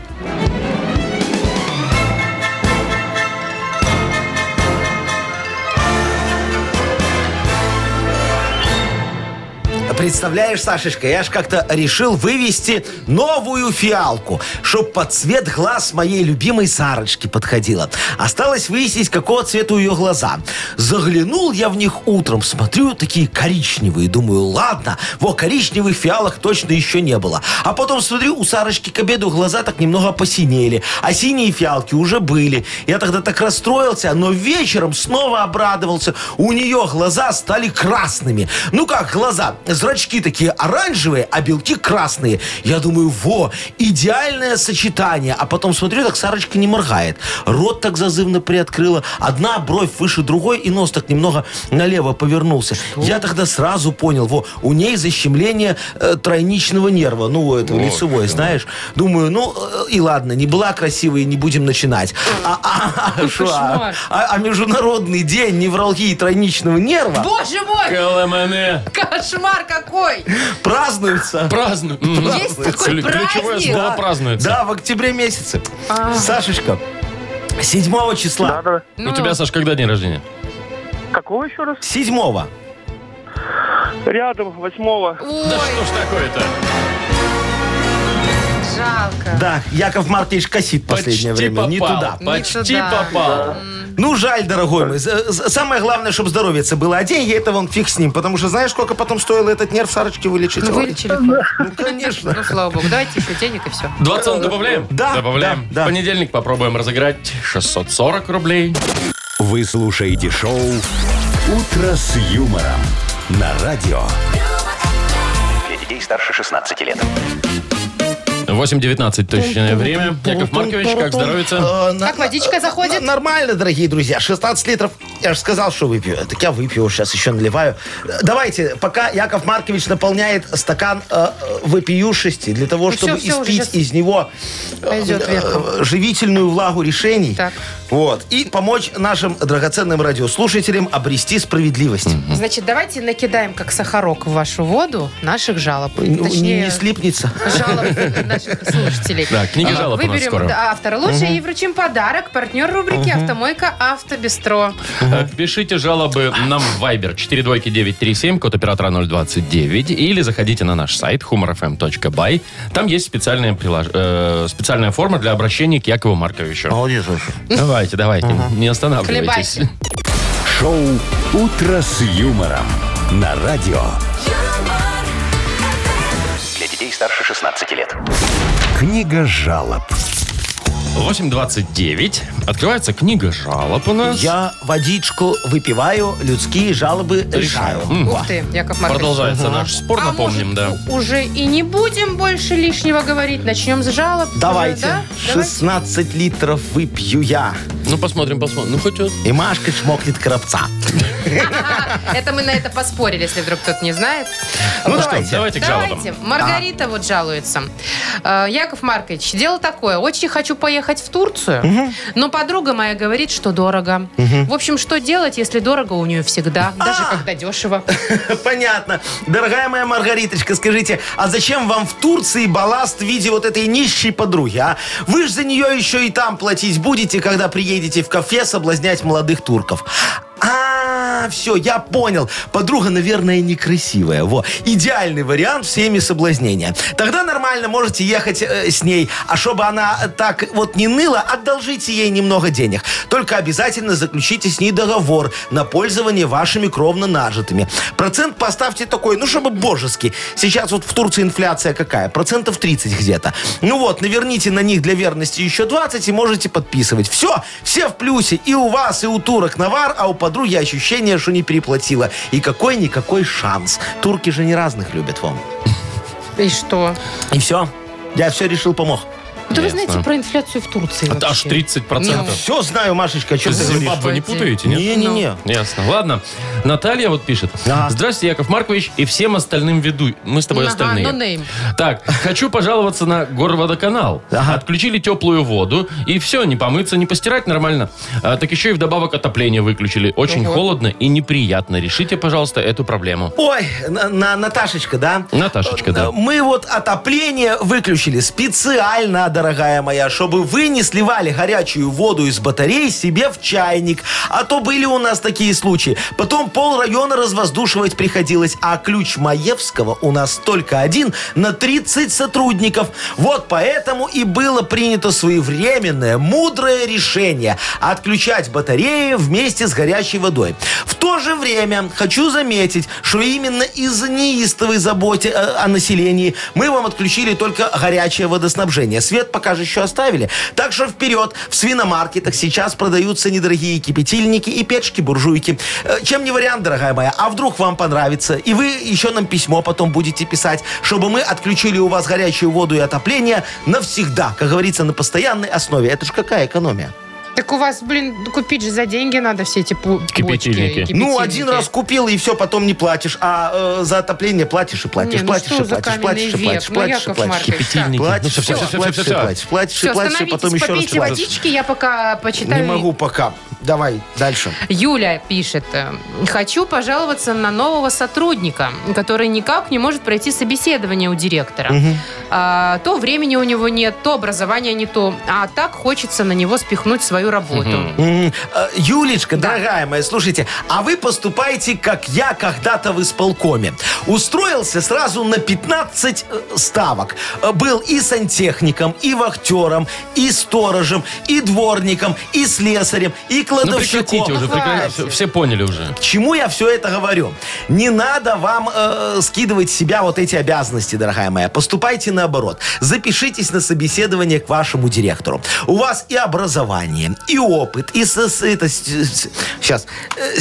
D: Представляешь, Сашечка, я ж как-то решил вывести новую фиалку, чтоб под цвет глаз моей любимой Сарочки подходила. Осталось выяснить, какого цвета у ее глаза. Заглянул я в них утром, смотрю, такие коричневые. Думаю, ладно, во коричневых фиалах точно еще не было. А потом смотрю, у Сарочки к обеду глаза так немного посинели, а синие фиалки уже были. Я тогда так расстроился, но вечером снова обрадовался. У нее глаза стали красными. Ну как глаза? Зрачки такие оранжевые, а белки красные. Я думаю, во, идеальное сочетание. А потом смотрю, так Сарочка не моргает. Рот так зазывно приоткрыла. Одна бровь выше другой и нос так немного налево повернулся. Я тогда сразу понял, во, у ней защемление э, тройничного нерва. Ну, у этого лицевой, знаешь. Думаю, ну э, и ладно, не была красивой, не будем начинать. А- а- а, шо, а-
C: Кошмар.
D: а а Международный день невралгии тройничного нерва
C: Боже мой,
B: Каламане.
C: кошмар какой!
D: празднуется.
B: Празднует.
C: Есть такой
B: Ключевое
C: праздник?
B: слово празднуется.
D: Да, в октябре месяце. Сашечка, 7
F: Да,
D: числа.
F: да.
B: У тебя, Саш, когда день рождения?
F: Какого еще раз?
D: 7
F: Рядом, восьмого.
C: Ой,
B: ж такое-то?
C: жалко.
D: Да, Яков Маркович косит последнее
B: Почти
D: время. Не
B: попал.
D: туда.
B: Почти
C: Не туда.
B: попал.
D: Ну, жаль, дорогой мой. З- з- Самое главное, чтобы здоровьице было. А деньги это вон фиг с ним. Потому что знаешь, сколько потом стоило этот нерв Сарочки вылечить?
C: Ну,
D: Ой.
C: вылечили. бы.
D: Ну, конечно.
C: Ну, слава богу. Давайте еще денег и все.
B: 20 он добавляем?
D: Да,
B: Добавляем.
D: да, да.
B: В Понедельник попробуем разыграть 640 рублей.
A: Вы слушаете шоу «Утро с юмором» на радио.
E: Для детей старше 16 лет.
B: 8.19 точное время. Яков Маркович, как здоровится?
D: Э, на-
C: Как водичка заходит?
D: Н- Нормально, дорогие друзья. 16 литров. Я же сказал, что выпью. Так я выпью, сейчас еще наливаю. Э, Давайте, пока Яков Маркович наполняет стакан э, э, вопиюшести для того,
C: Ну
D: чтобы
C: всё, всё, уже
D: испить
C: щас
D: из него э,
C: пойдет
D: э,
C: вверх.
D: живительную влагу решений.
C: Так.
D: Вот. И помочь нашим драгоценным радиослушателям обрести справедливость.
C: Значит, давайте накидаем, как сахарок, в вашу воду наших жалоб.
D: Н- Ну, не-
C: Точнее,
D: не слипнется.
C: жалоб наших слушателей.
B: Да, книги
C: А,
B: жалоб у нас
C: Выберем
B: скоро.
C: да, автора лучше и вручим подарок. Партнер рубрики «Автомойка Автобестро».
B: Э, Пишите жалобы нам в Viber 42937, код оператора 029, или заходите на наш сайт humorfm.by. Там есть специальная, прилож- э, специальная форма для обращения к Якову Марковичу.
D: Молодец,
B: Давайте, давайте, не останавливайтесь.
C: Хлебайте.
A: Шоу «Утро с юмором» на радио.
H: юмор,
E: Для детей старше 16 лет.
A: Книга жалоб.
B: 8.29. Открывается книга жалоб у нас.
D: Я водичку выпиваю, людские жалобы решаю.
C: Ух ты, Яков Маркович.
B: Продолжается наш спор,
C: А
B: напомним,
C: может,
B: да.
C: у- уже и не будем больше лишнего говорить. Начнем с жалоб. уже,
D: Давайте.
C: да? Давайте.
D: 16 литров выпью я.
B: Ну, посмотрим, посмотрим. Ну, хоть вот
D: И Машка чмокнет коробца.
C: Это мы на это поспорили, если вдруг кто-то не знает.
D: Ну
C: Вот.
D: что,
B: давайте к жалобам.
C: Давайте. Маргарита
D: А.
C: вот жалуется. Э, Яков Маркович, дело такое. Очень хочу поехать в Турцию, но подруга моя говорит, что дорого. В общем, что делать, если дорого у нее всегда,
D: А.
C: даже когда дешево?
D: Понятно. Дорогая моя Маргариточка, скажите, а зачем вам в Турции балласт в виде вот этой нищей подруги, а? Вы же за нее еще и там платить будете, когда приедете в кафе соблазнять молодых турков. А, все, я понял. Подруга, наверное, некрасивая. Во, идеальный вариант всеми соблазнения. Тогда нормально можете ехать э, с ней. А чтобы она так вот не ныла, одолжите ей немного денег. Только обязательно заключите с ней договор на пользование вашими кровно нажитыми. Процент поставьте такой, ну, чтобы божеский. Сейчас вот в Турции инфляция какая? Процентов 30 где-то. Ну вот, наверните на них для верности еще 20 и можете подписывать. Все, все в плюсе. И у вас, и у турок навар, а у подруги ощущение, что не переплатила. И какой-никакой шанс. Турки же не разных любят вам.
C: И что?
D: И все. Я все решил, помог.
C: Да вы
B: Ясно.
C: знаете про инфляцию в Турции
D: А
B: Это Аж
C: вообще.
B: 30%.
C: Ну.
D: Все знаю, Машечка, о чем
B: С
D: ты говоришь.
B: Зимбабве не путаете, нет?
D: Не-не-не.
B: Ясно. Ладно. Наталья вот пишет.
D: Да.
B: Здравствуйте, Яков Маркович, и всем остальным веду. Мы с тобой
C: Ага, ну,
B: остальные.
C: no name.
B: Так, хочу пожаловаться на горводоканал. Отключили теплую воду, и все, не помыться, не постирать нормально. А, так еще и вдобавок отопление выключили. Очень холодно и неприятно. Решите, пожалуйста, эту проблему.
D: Ой, на, на- Наташечка, да?
B: Наташечка, да.
D: Мы вот отопление выключили специально, дорогая моя, чтобы вы не сливали горячую воду из батарей себе в чайник. А то были у нас такие случаи. Потом пол района развоздушивать приходилось, а ключ Маевского у нас только один на 30 сотрудников. Вот поэтому и было принято своевременное, мудрое решение отключать батареи вместе с горячей водой. В то же время хочу заметить, что именно из-за неистовой заботы э, о населении мы вам отключили только горячее водоснабжение. Свет пока же еще оставили. Так что вперед! В свиномаркетах сейчас продаются недорогие кипятильники и печки-буржуйки. Э, Чем не вариант, дорогая моя? А вдруг вам понравится? И вы еще нам письмо потом будете писать, чтобы мы отключили у вас горячую воду и отопление навсегда. Как говорится, на постоянной основе. Это ж какая экономия?
C: Так у вас, блин, купить же за деньги надо все эти пу- бочки и
B: Кипятильники.
D: Ну, один раз купил, и все, потом не платишь. А э, за отопление платишь и платишь,
C: Не, ну
D: платишь,
C: что
D: и
C: за
D: платишь,
C: каменный
D: платишь, и
C: век?
D: платишь,
C: Ну,
D: платишь, и
C: Яков
D: платишь.
C: Маркович,
B: Кипятильники.
D: Платишь,
B: Ну, всё,
D: и
B: всё,
D: платишь,
B: всё,
D: и платишь,
B: всё,
D: и
B: всё.
D: платишь, платишь, и
C: Все,
D: платишь, и потом
C: остановитесь,
D: еще раз
C: попейте
D: платишь.
C: водички, я пока почитаю.
D: Не могу пока. Давай, дальше.
C: Юля пишет, э, хочу пожаловаться на нового сотрудника, который никак не может пройти собеседование у директора. А, то времени у него нет, то образования не то, а так хочется на него спихнуть свою работу.
D: М, э, Юлечка, дорогая моя, слушайте, а вы поступаете, как я когда-то в исполкоме. Устроился сразу на 15 э, ставок. Э, Был и сантехником, и вахтером, и сторожем, и дворником, и слесарем, и
B: Ну,
D: кладовщиком.
B: прекратите уже, прекратите.
C: хватит.
B: Все- Все поняли уже.
D: К чему я все это говорю? Не надо вам э, скидывать с себя вот эти обязанности, дорогая моя. Поступайте наоборот. Запишитесь на собеседование к вашему директору. У вас и образование, и опыт, и сос- это, сейчас, э,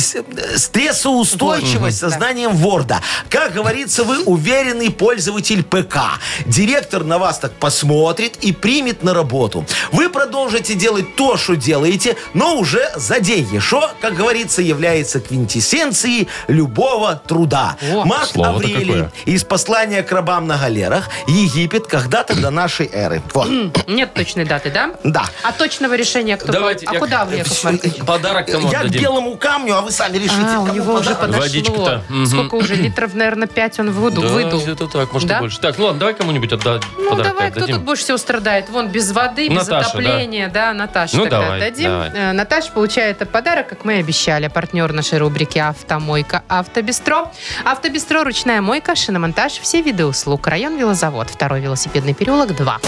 D: стрессоустойчивость со знанием Ворда. Как говорится, вы уверенный пользователь ПК. Директор на вас так посмотрит и примет на работу. Вы продолжите делать то, что делаете, но уже за деньги, что, как говорится, является квинтэссенцией любого труда.
C: О,
D: Марк
B: слово-то
D: Аврелий
B: какое.
D: из послания к рабам на галерах «Египет когда-то до нашей эры». Вот.
C: Нет точной даты, да?
D: Да.
C: А точного решения кто?
B: Давайте,
C: а
B: Яков-
C: куда вы, Яков Маркович?
B: Подарок кому
D: Я к
B: отдадим?
D: белому камню, а вы сами решите,
C: А, у
D: кому
C: него уже
D: подарок.
C: подошло.
B: Водички-то, мгм.
C: Сколько уже? Литров, наверное, 5 он выду,
B: Да,
C: выдул.
B: где-то так, может, и
C: Да?
B: больше. Так, ну ладно, давай кому-нибудь отда-
C: Ну,
B: подарок
C: давай, кто
B: отдадим.
C: тут больше всего страдает? Вон, без воды, без
B: Наташа,
C: отопления. Да, Наташа
B: Ну,
C: тогда
B: давай,
C: отдадим.
B: давай.
C: Э, Наташа получает подарок, как мы и обещали. Партнер нашей рубрики «Автомойка Автобестро». Автобестро – ручная мойка, шиномонтаж, все виды услуг. Район Велозавод, второй велосипедный переулок, 2.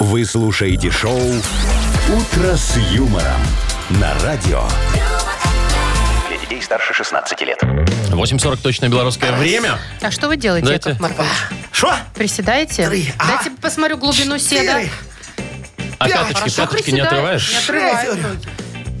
A: Вы слушаете шоу «Утро с юмором» на радио.
E: Для детей старше 16 лет.
B: 8.40 точно белорусское время.
C: А что вы делаете,
B: Дайте.
C: Яков Маркович?
D: Что?
C: Приседаете?
D: Три. А.
C: Дайте посмотрю глубину седа.
D: Четыре,
B: А пяточки,
C: Хорошо,
B: пяточки не
C: приседает,
B: отрываешь?
C: Не отрываю.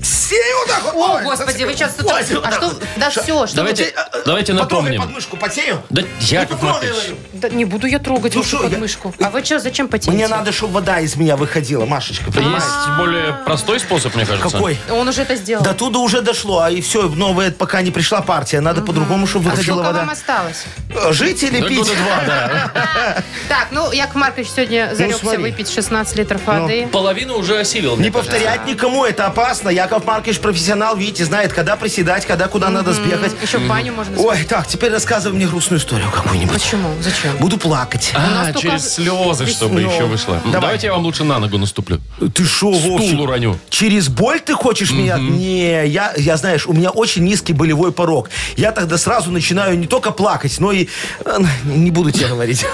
D: семь, вот так вот.
C: О,
D: Ой,
C: господи, вы сейчас... тут- А
D: Ой, вот
C: что?
D: так вот.
C: Да все, что вы...
B: Давайте, давайте
D: Потом я
B: напомним.
D: подмышку потею.
B: Да, Яков
D: Потом я
B: Маркович,
D: говорю.
C: Да не буду я трогать
D: Ну
C: вашу
D: что, я-
C: подмышку. А вы что, зачем потеете?
D: Мне надо, чтобы вода из меня выходила, Машечка, понимаешь?
B: есть более простой способ, мне кажется.
D: Какой?
C: Он уже это сделал.
D: До туда уже дошло, а и все, новая пока не пришла партия. Надо по-другому, чтобы
C: А
D: выходила
C: сколько вам
D: вода.
C: осталось?
D: Э, Жить или
B: Да
D: пить?
B: года два, да.
C: Так, ну, Яков Маркович сегодня зарекся
D: смотри. Ну,
C: выпить 16 литров воды.
B: Половину уже осилил. мне
D: Не
B: кажется.
D: повторять никому, это опасно. Яков Маркович профессионал, видите, знает, когда приседать, когда куда надо сбегать.
C: Еще баню можно сказать.
D: Ой, так, теперь рассказывай мне грустную историю какую-нибудь.
C: Почему? Зачем?
D: Буду плакать.
B: А,
C: нас только
B: через слезы, чтобы
D: Ну,
B: еще вышло. М,
D: давай.
B: Давайте я вам лучше на ногу наступлю.
D: Ты шо,
B: Стул
D: Вовчик?
B: уроню.
D: Через боль ты хочешь меня? Не, я, я знаешь, у меня очень низкий болевой порог. Я тогда сразу начинаю не только плакать, но и... э, Не буду тебе говорить.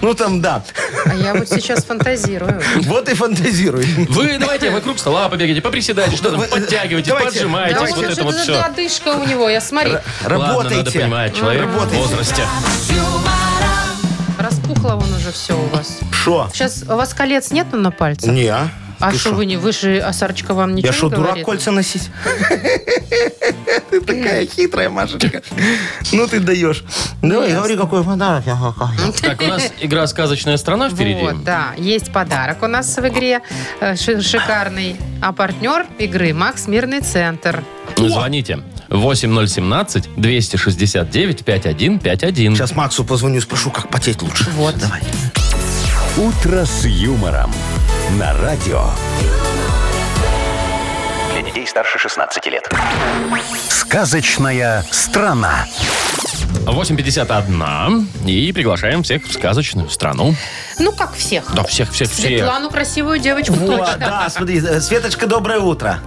D: Ну там, да.
C: А я вот сейчас фантазирую.
D: Вот и фантазируй.
B: Вы давайте вокруг стола побегайте, поприседайте, что там,
D: Вы-
B: подтягивайтесь,
D: давайте.
C: Да,
B: поджимаетесь, вот
C: вот
B: это вот
C: же
B: все.
C: одышка у него, я смотри,
B: Ладно, надо
D: Работайте.
B: понимать, человек в возрасте.
C: распухло он уже все у вас.
D: Шо?
C: Сейчас у вас колец нету на пальце?
D: Не, а?
C: А
D: Ты
C: что
D: шо?
C: вы не... Вы же, Осарочка, вам ничего
D: Я что,
C: не
D: дурак
C: говорит?
D: кольца носить? Ты такая хитрая, Машечка. Ну ты даешь.
C: Ну,
D: Давай, говори, какой подарок.
B: Так, у нас игра «Сказочная страна» впереди.
C: Вот, да. Есть подарок у нас в игре. э, ши- Шикарный. А партнер игры «Макс Мирный Центр».
B: Звоните. 8017-269-5151.
D: Сейчас Максу позвоню, спрошу, как потеть лучше.
C: Вот.
D: Давай.
A: «Утро с юмором» на радио.
E: Для детей старше 16 лет.
A: «Сказочная страна».
B: 8.51. И приглашаем всех в сказочную страну.
C: Ну, как всех.
B: Да, всех, всех, всех.
C: Светлану красивую девочку
D: Вот,
C: точно.
D: да, смотри, э, Светочка, доброе утро.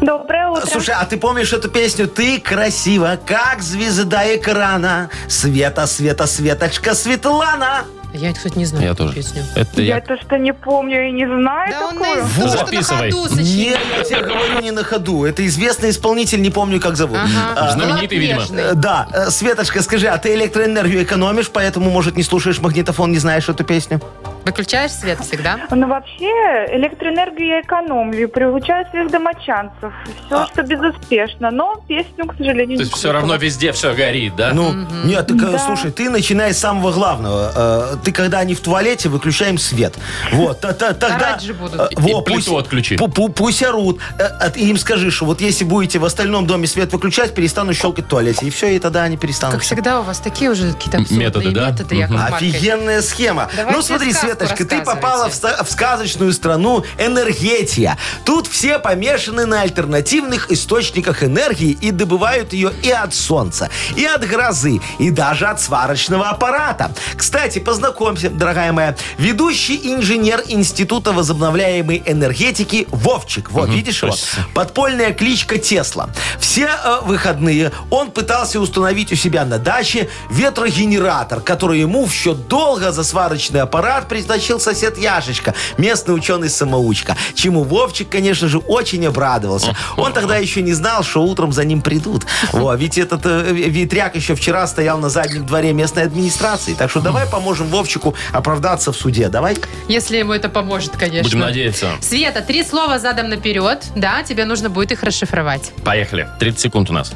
H: Доброе утро.
D: Слушай, а ты помнишь эту песню? Ты красива, как звезда экрана. Света, Света, Светочка, Светлана.
C: Я, кстати, не знаю
B: Я
C: эту
B: тоже.
C: песню.
B: Это
H: я
B: я.
H: то, что не помню и не знаю
C: Да он
H: такую.
C: наизусть,
B: Вот.
C: что на
B: Записывай.
C: ходу
D: Нет,
C: сочинил.
D: я тебе говорю не на ходу. Это известный исполнитель, не помню, как зовут.
C: Ага.
D: А,
B: Знаменитый, видимо.
C: Белоснежный.
D: э, Да, э, Светочка, скажи, а ты электроэнергию экономишь, поэтому, может, не слушаешь магнитофон, не знаешь эту песню?
C: Выключаешь свет всегда?
H: Ну, вообще, электроэнергию я экономлю, приучаю своих домочанцев. Все, что безуспешно, но песню, к
B: А.
H: сожалению,
B: То
H: не
B: есть все равно
H: слышала.
B: везде все горит, да?
D: Ну, нет, так, э,
H: Да.
D: слушай, ты начинай с самого главного. Э, Ты, когда они в туалете, выключаем свет. Вот, та- та- тогда...
C: Орать же будут.
D: Э,
B: И плиту отключи.
D: пу- пу- Пусть орут. Э, а ты им скажи, что вот если будете в остальном доме свет выключать, перестану щелкать в туалете. И все, и тогда они перестанут.
C: Как всегда, у вас такие уже какие-то абсурдные
B: Методы, да?
C: методы, Яков
B: Мгм.
C: Маркович.
D: Офигенная схема.
C: Давайте
D: ну смотри,
C: сказку
D: Светочка, ты попала в,
C: рассказывайте.
D: ста- в сказочную страну энергетия. Тут все помешаны на альтернативных источниках энергии и добывают ее и от солнца, и от грозы, и даже от сварочного аппарата. Кстати, познакомься, дорогая моя, ведущий инженер Института возобновляемой энергетики Вовчик. Вот, видишь его? Подпольная кличка Тесла. Все э, выходные он пытался установить у себя на даче ветрогенератор, который ему в счет долга за сварочный аппарат притащил сосед Яшечка, местный ученый-самоучка, чему Вовчик, конечно же, очень обрадовался. Он тогда еще не знал, что утром за ним придут. О, ведь этот э, ветряк еще вчера стоял на заднем дворе местной администрации. Так что давай поможем Вовчику оправдаться в суде. Давай.
C: Если ему это поможет, конечно.
B: Будем надеяться.
C: Света, три слова задом наперед. Да, тебе нужно будет их расшифровать.
B: Поехали. 30 секунд у нас.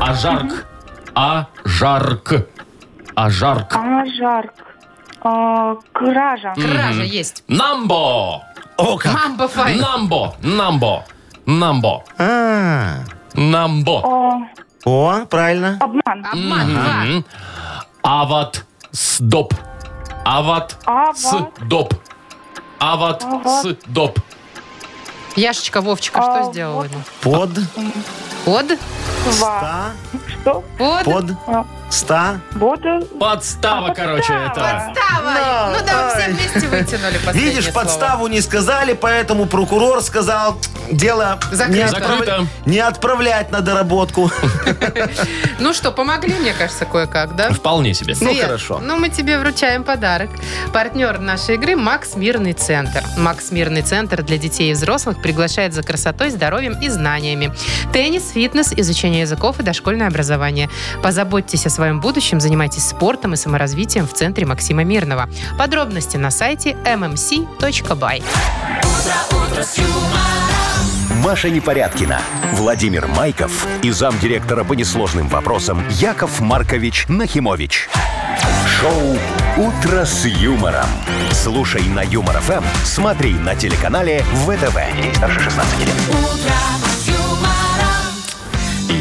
B: Ажарк. Ажарк. Ажарк.
H: А, жарко. А, кража.
C: Кража есть.
B: Намбо.
D: О, как.
C: Мамба файн.
B: Намбо. Намбо. Намбо.
D: А,
B: Намбо.
H: А,
D: О, правильно.
H: обман.
C: Обман два.
B: Ават. Сдоп. Ават.
H: Ават.
B: Сдоп. Ават.
H: Ават.
B: Сдоп.
C: Яшечка Вовчика
H: А,
C: что сделала
H: вот.
C: ему?
D: Под.
C: Под?
H: Два.
D: Та.
H: Что?
C: Под?
D: Под. Ста.
H: Воду.
B: Подстава, короче, это.
C: Подстава.
D: Да,
C: Ну да, вы все
D: ай.
C: вместе вытянули последнее
D: Видишь,
C: слово.
D: подставу не сказали, поэтому прокурор сказал, дело не,
C: Закрыто.
B: Закрыто.
D: не отправлять на доработку.
C: Ну что, помогли, мне кажется, кое-как, да?
B: Вполне себе.
D: Ну,
C: Свет,
D: хорошо.
C: Ну, мы тебе вручаем подарок. Партнер нашей игры «Макс Мирный Центр». «Макс Мирный Центр» для детей и взрослых приглашает за красотой, здоровьем и знаниями. Теннис, фитнес, изучение языков и дошкольное образование. Позаботьтесь о своем будущем, занимайтесь спортом и саморазвитием в Центре Максима Мирного. Подробности на сайте mmc.by.
A: Маша Непорядкина, Владимир Майков и замдиректора по несложным вопросам Яков Маркович Нахимович. Шоу «Утро с юмором». Слушай на Юмор ФМ, смотри на телеканале ВТВ. Ей старше 16 лет.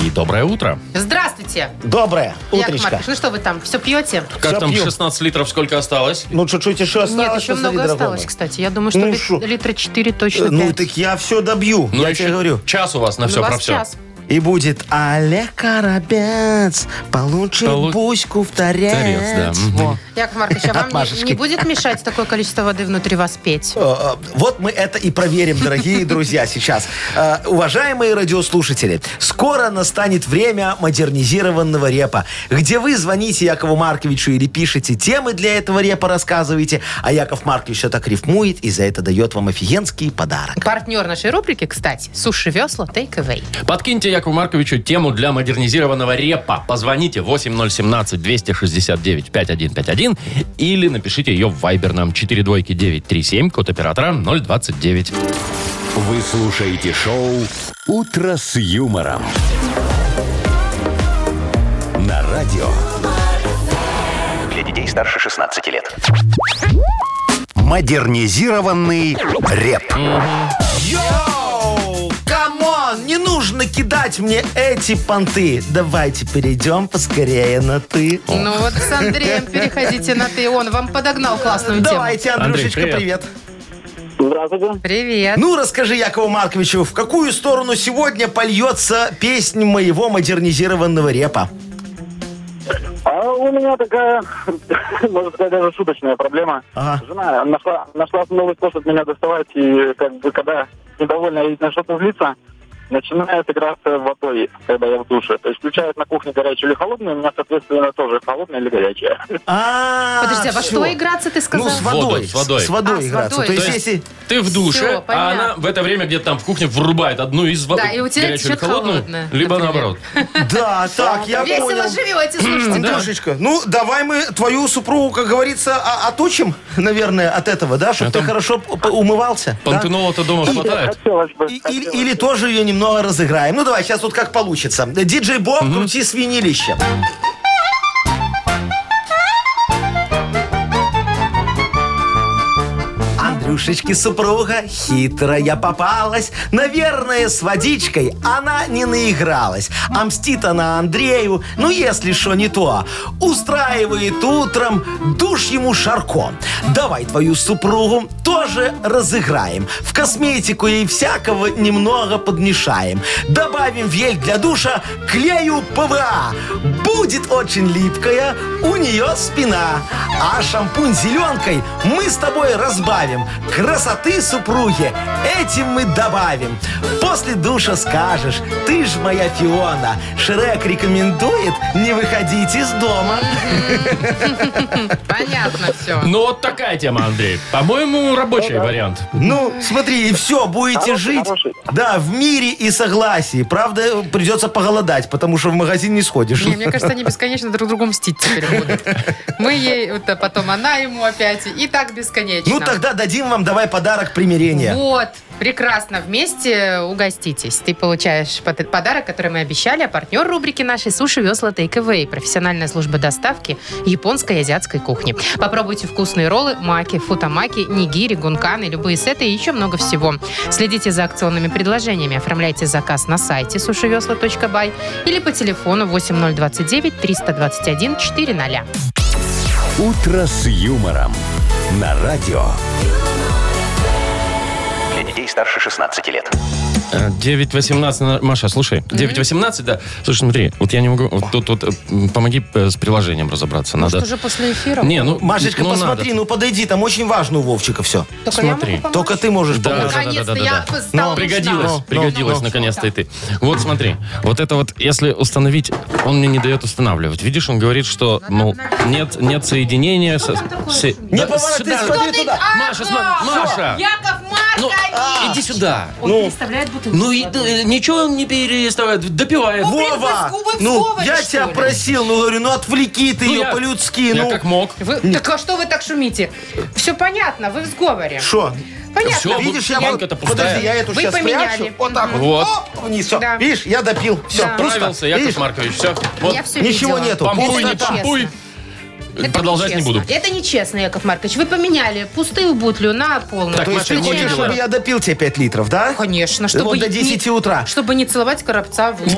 B: И доброе утро.
C: Здравствуйте,
D: Доброе
C: Яков
D: утречко.
C: Маркович. Ну что вы там, все пьете?
B: Как
D: Всё
B: там
D: пью.
B: 16 литров сколько осталось?
D: Ну, чуть-чуть еще осталось.
C: Нет, еще
D: посмотри,
C: много
D: дорогой
C: осталось,
D: мой.
C: кстати. Я думаю, что
D: Ну
C: лит-
D: шо?
C: литра 4 точно
D: Э, Ну,
C: 5.
D: так я все добью,
B: Ну,
D: я
B: еще
D: тебе говорю.
B: Час Ну, у
D: А
B: вас на
C: Ну,
B: все про все.
D: И будет Олег Коробец получит
B: Полу-
D: буську в торец.
B: Торец, да,
D: Во.
C: Яков Маркович, а вам не- не,
D: Машечки.
C: будет мешать такое количество воды внутри вас петь?
D: Э, э, Вот мы это и проверим, дорогие друзья, сейчас. Э, Уважаемые радиослушатели, скоро настанет время модернизированного репа, где вы звоните Якову Марковичу или пишете темы для этого репа, рассказываете, а Яков Маркович все так рифмует и за это дает вам офигенский подарок.
C: Партнер нашей рубрики, кстати, суши-весла Take Away.
B: Подкиньте Якову Марковичу тему для модернизированного репа. Позвоните 8017-269-5151 или напишите ее в Viber нам 42937, код оператора 029.
A: Вы слушаете шоу «Утро с юмором». На радио
E: Для детей старше 16 лет.
A: «Модернизированный реп».
D: Йоу! Камон! Не нужно кидать мне эти понты. Давайте перейдем поскорее на ты.
C: Ну вот с Андреем переходите на ты. Он вам подогнал классную тему.
D: Давайте, Андрюшечка,
B: Андрей,
D: привет.
G: Здравствуйте.
C: Привет.
D: Ну, расскажи, Якову Марковичу, в какую сторону сегодня польется песня моего модернизированного репа?
G: А у меня такая, можно сказать, даже шуточная проблема.
D: Ага.
G: Жена нашла, нашла новый способ меня доставать, и как бы когда недовольна и на что-то злится, начинает играться водой, когда я в душе. То есть включает на кухне горячую или холодную, у меня, соответственно, тоже холодная или горячая.
D: А,
C: Подожди, а во
D: всё.
C: что играться ты
D: Ну,
C: сказал?
D: с
B: Воду,
D: водой.
B: с водой.
D: С водой
C: А, с
D: играться.
B: То
C: водой.
D: То есть,
B: есть-
D: если...
B: Ты в душе,
C: Всё,
B: а
C: понятно.
B: она в это время где-то там в кухне врубает одну из воды.
C: Да, и у тебя
B: горячую или
C: течет
B: холодную,
C: холодная,
B: Либо
C: например.
B: наоборот.
D: Да, так, я понял.
C: Весело живете, слушайте.
D: Андрюшечка, ну давай мы твою супругу, как говорится, а- отучим, наверное, от этого, да, чтобы ты хорошо п- п- умывался. да?
B: Пантенола-то дома хватает.
G: Хотелось бы.
D: И- Или, или тоже ее немного разыграем. Ну давай, сейчас вот как получится. Диджей Боб, крути свинилище. Андрюшечки супруга хитрая попалась. Наверное, с водичкой она не наигралась. А мстит она Андрею, ну если что не то. Устраивает утром душ ему шарко. Давай твою супругу тоже разыграем. В косметику ей всякого немного подмешаем. Добавим в ель для душа клею А. ПВА. Будет очень липкая у нее спина. А шампунь зеленкой мы с тобой разбавим. Красоты супруге этим мы добавим. После душа скажешь, ты ж моя Фиона. Шрек рекомендует не выходить из дома.
C: Понятно все.
B: Ну, вот такая тема, Андрей. По-моему, рабочий вариант.
D: Ну, смотри, и все, будете жить.
G: хороший.
D: Да, в мире и согласии. Правда, придется поголодать, потому что в магазин не сходишь.
C: Не, мне кажется, они бесконечно друг другу мстить теперь будут. Мы ей, вот, а потом она ему опять, и так бесконечно.
D: Ну, тогда дадим вам, давай, подарок
B: Ну,
D: примирения.
C: Вот, прекрасно, вместе угоститесь. Ты получаешь под- подарок, который мы обещали, а партнер рубрики нашей «Суши Весла Take Away» профессиональная служба доставки японской и азиатской кухни. Попробуйте вкусные роллы, маки, футамаки, нигири, гунканы, любые сеты и еще много всего. Следите за акционными предложениями, оформляйте заказ на сайте сушивесла.бай или по телефону 8029 321 400.
A: «Утро с юмором». На радио
E: Для детей старше 16 лет.
B: 9.18, Э, на- Маша, слушай. 9.18, да. Слушай, смотри, вот я не могу... Вот тут вот, э, м, помоги э, с приложением разобраться. Надо...
C: Уже после эфира?
B: Не, ну...
D: Машечка,
B: ну,
D: посмотри,
B: надо.
D: ну подойди, там очень важно у Вовчика все.
C: Только я могу
B: смотри.
C: помочь?
D: Только ты можешь
B: Да, да,
D: помочь.
B: да, да,
C: Наконец-то
B: да,
C: я
B: да.
C: стала нужна.
B: Пригодилось,
D: Ну,
B: пригодилось,
D: ну, ну.
B: наконец-то и ты. Вот смотри, вот это вот, если установить, он мне не дает устанавливать. Видишь, он говорит, что, мол, нет, нет соединения. со-
C: Ну, там такое?
B: се-
D: Не
B: Да,
D: поворот, ты
B: сюда.
D: смотри туда.
B: Маша, сма- Маша!
C: Яков
B: Ну,
C: Маркович!
B: иди сюда.
C: Он переставляет бутылку.
B: Ну и э, ничего он не переставляет, допивает.
D: Вова,
C: вы с губы
D: ну
C: сговор,
D: я
C: что
D: тебя
C: ли?
D: просил, ну говорю, ну отвлеки ты
B: Ну,
D: ее
B: я-
D: по-людски,
B: Я
D: ну.
B: как мог.
C: Вы- так а что вы так шумите? Все понятно, вы в сговоре.
D: Что?
C: Понятно.
B: Всё,
D: Видишь, я
B: бутылка-то
D: вот- подожди, я
B: пустая.
D: эту
C: Вы
D: сейчас
C: поменяли.
D: прячу. Вот так вот.
B: Вот.
D: Оп, вниз, все.
C: Да.
D: Видишь, я допил. Все,
C: Да.
B: Справился, Яков
D: видишь?
B: Маркович, все. Вот.
C: Я все
D: Ничего нету.
B: Помпуй,
D: Пусто
B: не
D: там.
B: помпуй. Продолжать не буду.
C: Это нечестно, Яков Маркович. Вы поменяли пустую бутлю на полную.
B: Так,
D: То есть
B: Маша,
D: ты
B: не
D: хочешь,
B: дело.
D: чтобы я допил тебе 5 литров, да?
C: Конечно, чтобы
D: Вот до
C: не-
D: 10 утра.
C: Чтобы не целовать коробца в лоб.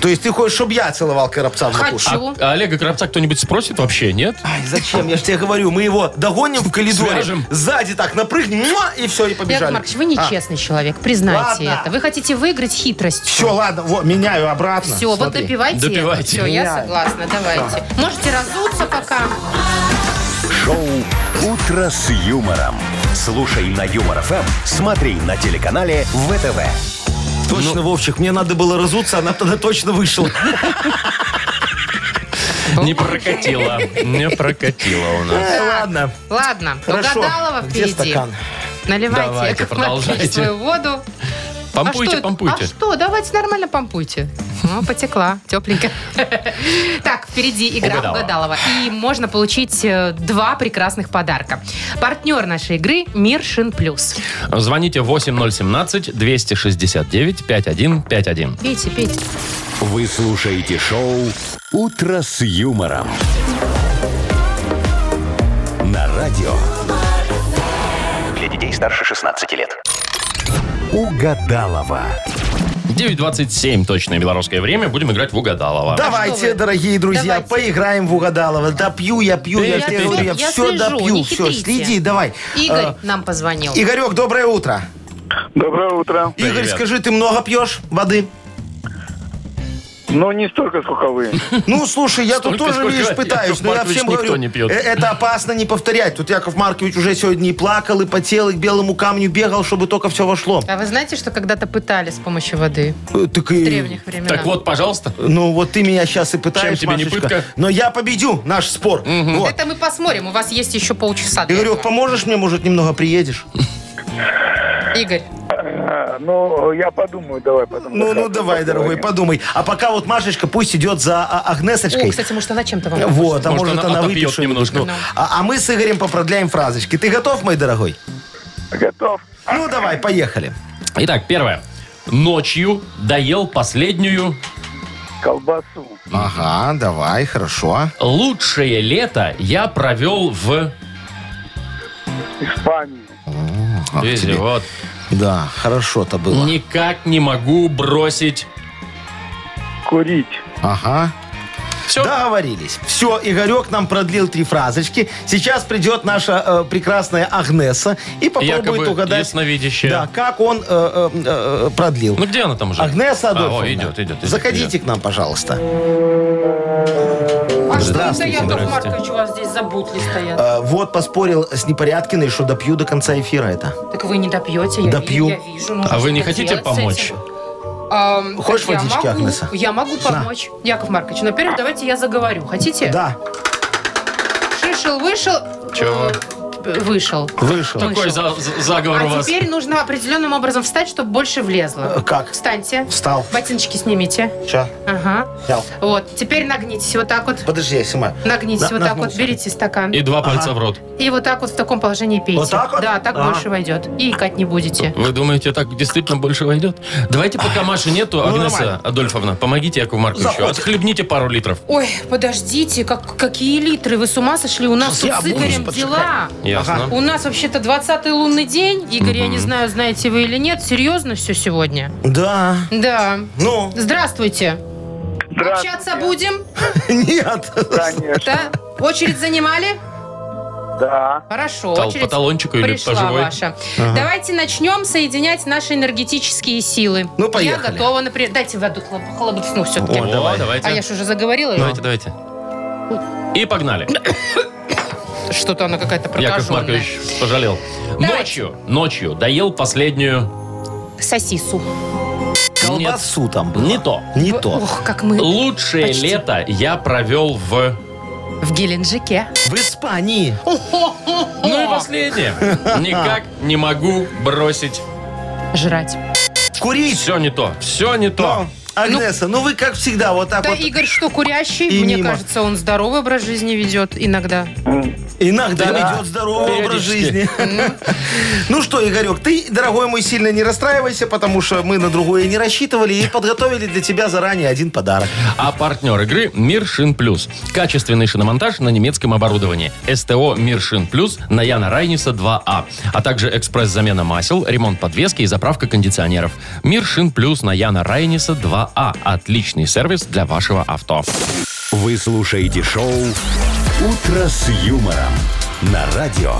D: То есть ты хочешь, чтобы я целовал коробца в боку?
C: Хочу.
B: А, а Олега Кравца кто-нибудь спросит вообще, нет?
D: Ай, зачем? Я же тебе говорю, мы его догоним в коридоре,
B: Свяжем.
D: сзади так напрыгнем, муа, и все, и
C: Яков
D: побежали.
C: Маркович, вы
B: А.
C: нечестный человек, признайте
D: Ладно.
C: это. Вы хотите выиграть хитростью.
D: Все, ладно, вот, меняю обратно.
C: Все, вот
D: Смотри.
C: допивайте.
B: Допивайте.
C: Все, я
D: Реально.
C: согласна, давайте. Можете разуться пока.
A: шоу «Утро с юмором». Слушай на Юмор ФМ, смотри на телеканале ВТВ.
D: Точно, Вовчик, мне надо было разуться, она бы тогда точно вышла.
B: Не прокатило. Не прокатило у нас.
D: Э, Ладно.
C: Ладно,
D: Хорошо.
C: угадалова
D: Где
C: впереди.
D: стакан?
C: Наливайте,
B: Давайте,
C: Яков Маркович,
B: продолжайте.
C: свою воду.
B: Помпуйте,
C: а что,
B: помпуйте.
C: А что? Давайте нормально помпуйте. Ну, потекла, тепленько. Так, впереди игра
B: Угадала.
C: Угадалова. И можно получить э, два прекрасных подарка. Партнер нашей игры Мир Шин Плюс.
B: Звоните 8017-269-5151.
C: Пейте, пейте.
A: Вы слушаете шоу «Утро с юмором». На радио
E: Для детей старше 16 лет.
A: «Угадалова».
B: 9.27 точное белорусское время. Будем играть в угадалово.
C: что вы?
D: Давайте, дорогие друзья,
C: Давайте.
D: поиграем в угадалово. Допью, я пью, я
B: Я
D: тебе
B: слежу,
D: говорю, я
C: я
D: все
C: слежу,
D: допью.
C: не
D: Все,
C: хитрите.
D: следи, давай.
B: А,
C: Игорь нам позвонил.
D: Э, Игорек, доброе утро.
G: Доброе утро.
D: Игорь,
B: Привет.
D: скажи, ты много пьешь воды?
G: Ну, не столько, сколько вы.
D: Ну, слушай, я
B: Столько,
D: тут тоже,
B: сколько
D: видишь,
B: Яков
D: пытаюсь, но я
B: Маркович
D: всем
B: никто
D: говорю,
B: не пьет.
D: э, это опасно не повторять. Тут Яков Маркович уже сегодня и плакал, и потел, и к белому камню бегал, чтобы только все вошло.
C: А вы знаете, что когда-то пытали с помощью воды
D: Э, Так
C: в
D: и-
C: древних времен?
B: Так вот, пожалуйста.
D: Ну, вот ты меня сейчас и пытаешь,
B: тебе не
D: Машечка.
B: пытка?
D: Но я победю наш спор. Вот.
C: Это мы посмотрим. У вас есть еще полчаса. для
D: Игорек,
C: этого.
D: поможешь мне, может, немного приедешь?
C: Игорь,
G: Ну, я подумаю, давай потом.
D: Ну, ну давай, дорогой, подумай. А пока вот Машечка пусть идет за а,
C: о,
D: Агнесочкой.
C: кстати, может, она чем-то вам
D: Вот, а
B: Может,
D: может,
B: она
D: она
B: отопьет
D: выпьет что-нибудь.
B: немножко.
D: Ну, А, а мы с Игорем попродляем фразочки. Ты готов, мой дорогой?
G: Готов.
D: Ну, давай, поехали.
B: Итак, первое. Ночью доел последнюю.
G: Колбасу.
D: Ага, давай, хорошо.
B: Лучшее лето я провел в...
G: Испанию.
D: Ах,
B: Видите,
D: А, тебе.
B: вот.
D: Да, хорошо-то было.
B: Никак не могу бросить.
G: Курить.
D: Ага.
B: Все?
D: Договорились. Все, Игорек нам продлил три фразочки. Сейчас придет наша э, прекрасная Агнеса и попробует
B: Якобы
D: угадать,
B: ясновидящая.
D: да, как он э, э, э, продлил.
B: Ну где она там уже?
D: Агнеса Адольфовна,
B: А, о, идет, идет, идет,
D: заходите
B: идет.
D: к нам, пожалуйста.
C: А что это,
D: Здравствуйте,
C: Яков
B: здрасте.
C: Маркович, у вас здесь забутли стоят?
D: Э, вот поспорил с Непорядкиной, что допью до конца эфира это.
C: Так вы не допьете, я,
D: Допью.
C: я вижу. ну,
B: А вы не
C: что
B: хотите
C: делать с этим?
B: помочь?
C: Ам, так
D: Хочешь
C: я
D: водички,
C: могу,
D: Агнеса?
C: Я могу
D: На.
C: помочь, Яков Маркович. Но первым давайте я заговорю. Хотите?
D: Да,
C: Шишел, вышел.
B: Чего?
C: э, Вышел.
D: вышел.
B: Такой за- за- заговор у
C: А
B: вас.
C: теперь нужно определенным образом встать, чтобы больше
D: Э,
C: влезло.
D: Как?
C: Встаньте.
D: Встал.
C: Ботиночки снимите.
D: Сейчас.
C: Ага. Вот. Теперь нагнитесь вот так вот.
D: Подожди, я снимаю.
C: Нагнитесь вот
D: На-
C: так вот.
D: нагнулся.
C: Берите стакан.
B: И
C: И...
B: два пальца в рот.
C: вот так вот в таком положении пейте.
D: Вот так вот? А.
C: Да, так
D: Ага.
C: больше войдет. И икать не будете.
B: Вы думаете, так действительно больше войдет? Давайте, пока Маши
C: ну,
B: нету, Агнеса
D: нормально.
B: Адольфовна, помогите Якову Марковичу.
D: Заходит.
B: Отхлебните пару литров.
C: Ой, подождите, как, какие литры? Вы с ума сошли? У нас
D: Я
C: тут с Игорем
D: буду,
C: дела.
B: Ясно.
C: У нас вообще-то 20-й лунный день. Игорь, я не знаю, знаете вы или нет. Серьезно все сегодня?
D: Да.
C: Да.
D: Ну,
C: Здравствуйте. Общаться будем?
D: нет.
G: Конечно,
C: Да? Очередь занимали?
G: да.
C: Хорошо.
B: Тал-
C: очередь
B: по талончику или
C: пришла
B: по живой?
C: ваша. Давайте начнем соединять наши энергетические силы.
D: Ну, поехали.
C: Я готова, например... Дайте воду хлоп... хлобыцну все-таки.
B: О,
D: давай. Ну.
B: давайте. Ну,
C: а я же уже заговорила.
B: Давайте, давайте. И погнали.
C: Что-то она какая-то
B: Яков
C: прокаженная.
B: Маркович пожалел.
C: Давайте.
B: Ночью, ночью доел последнюю...
C: Сосису.
D: Колбасу там было.
B: Не то.
D: Не
C: В-
D: то.
C: Ох, как мы
B: Лучшее
C: Почти.
B: лето я провел в...
C: в Геленджике.
D: В Испании.
B: Ну и последнее. Никак не могу бросить.
C: Жрать.
D: Курить.
B: Все не то. Все не то.
D: Ну, Агнеса, ну вы как всегда вот так
C: Да,
D: вот.
C: Игорь что, курящий?
D: И
C: Мне
D: мимо.
C: кажется, он здоровый образ жизни ведет иногда.
B: Ну,
D: Иногда ведет здоровый образ
B: Периодически.
D: жизни. Ну что, Игорек, ты, дорогой мой, сильно не расстраивайся, потому что мы на другое не рассчитывали и подготовили для тебя заранее один подарок.
B: А партнер игры «Мир Шин Плюс». Качественный шиномонтаж на немецком оборудовании. СТО «Мир Шин Плюс» на Яна Райниса 2А. А также экспресс-замена масел, ремонт подвески и заправка кондиционеров. «Мир Шин Плюс» на Яна Райниса 2А. Отличный сервис для вашего авто.
A: Вы слушаете шоу «Утро с юмором» на радио.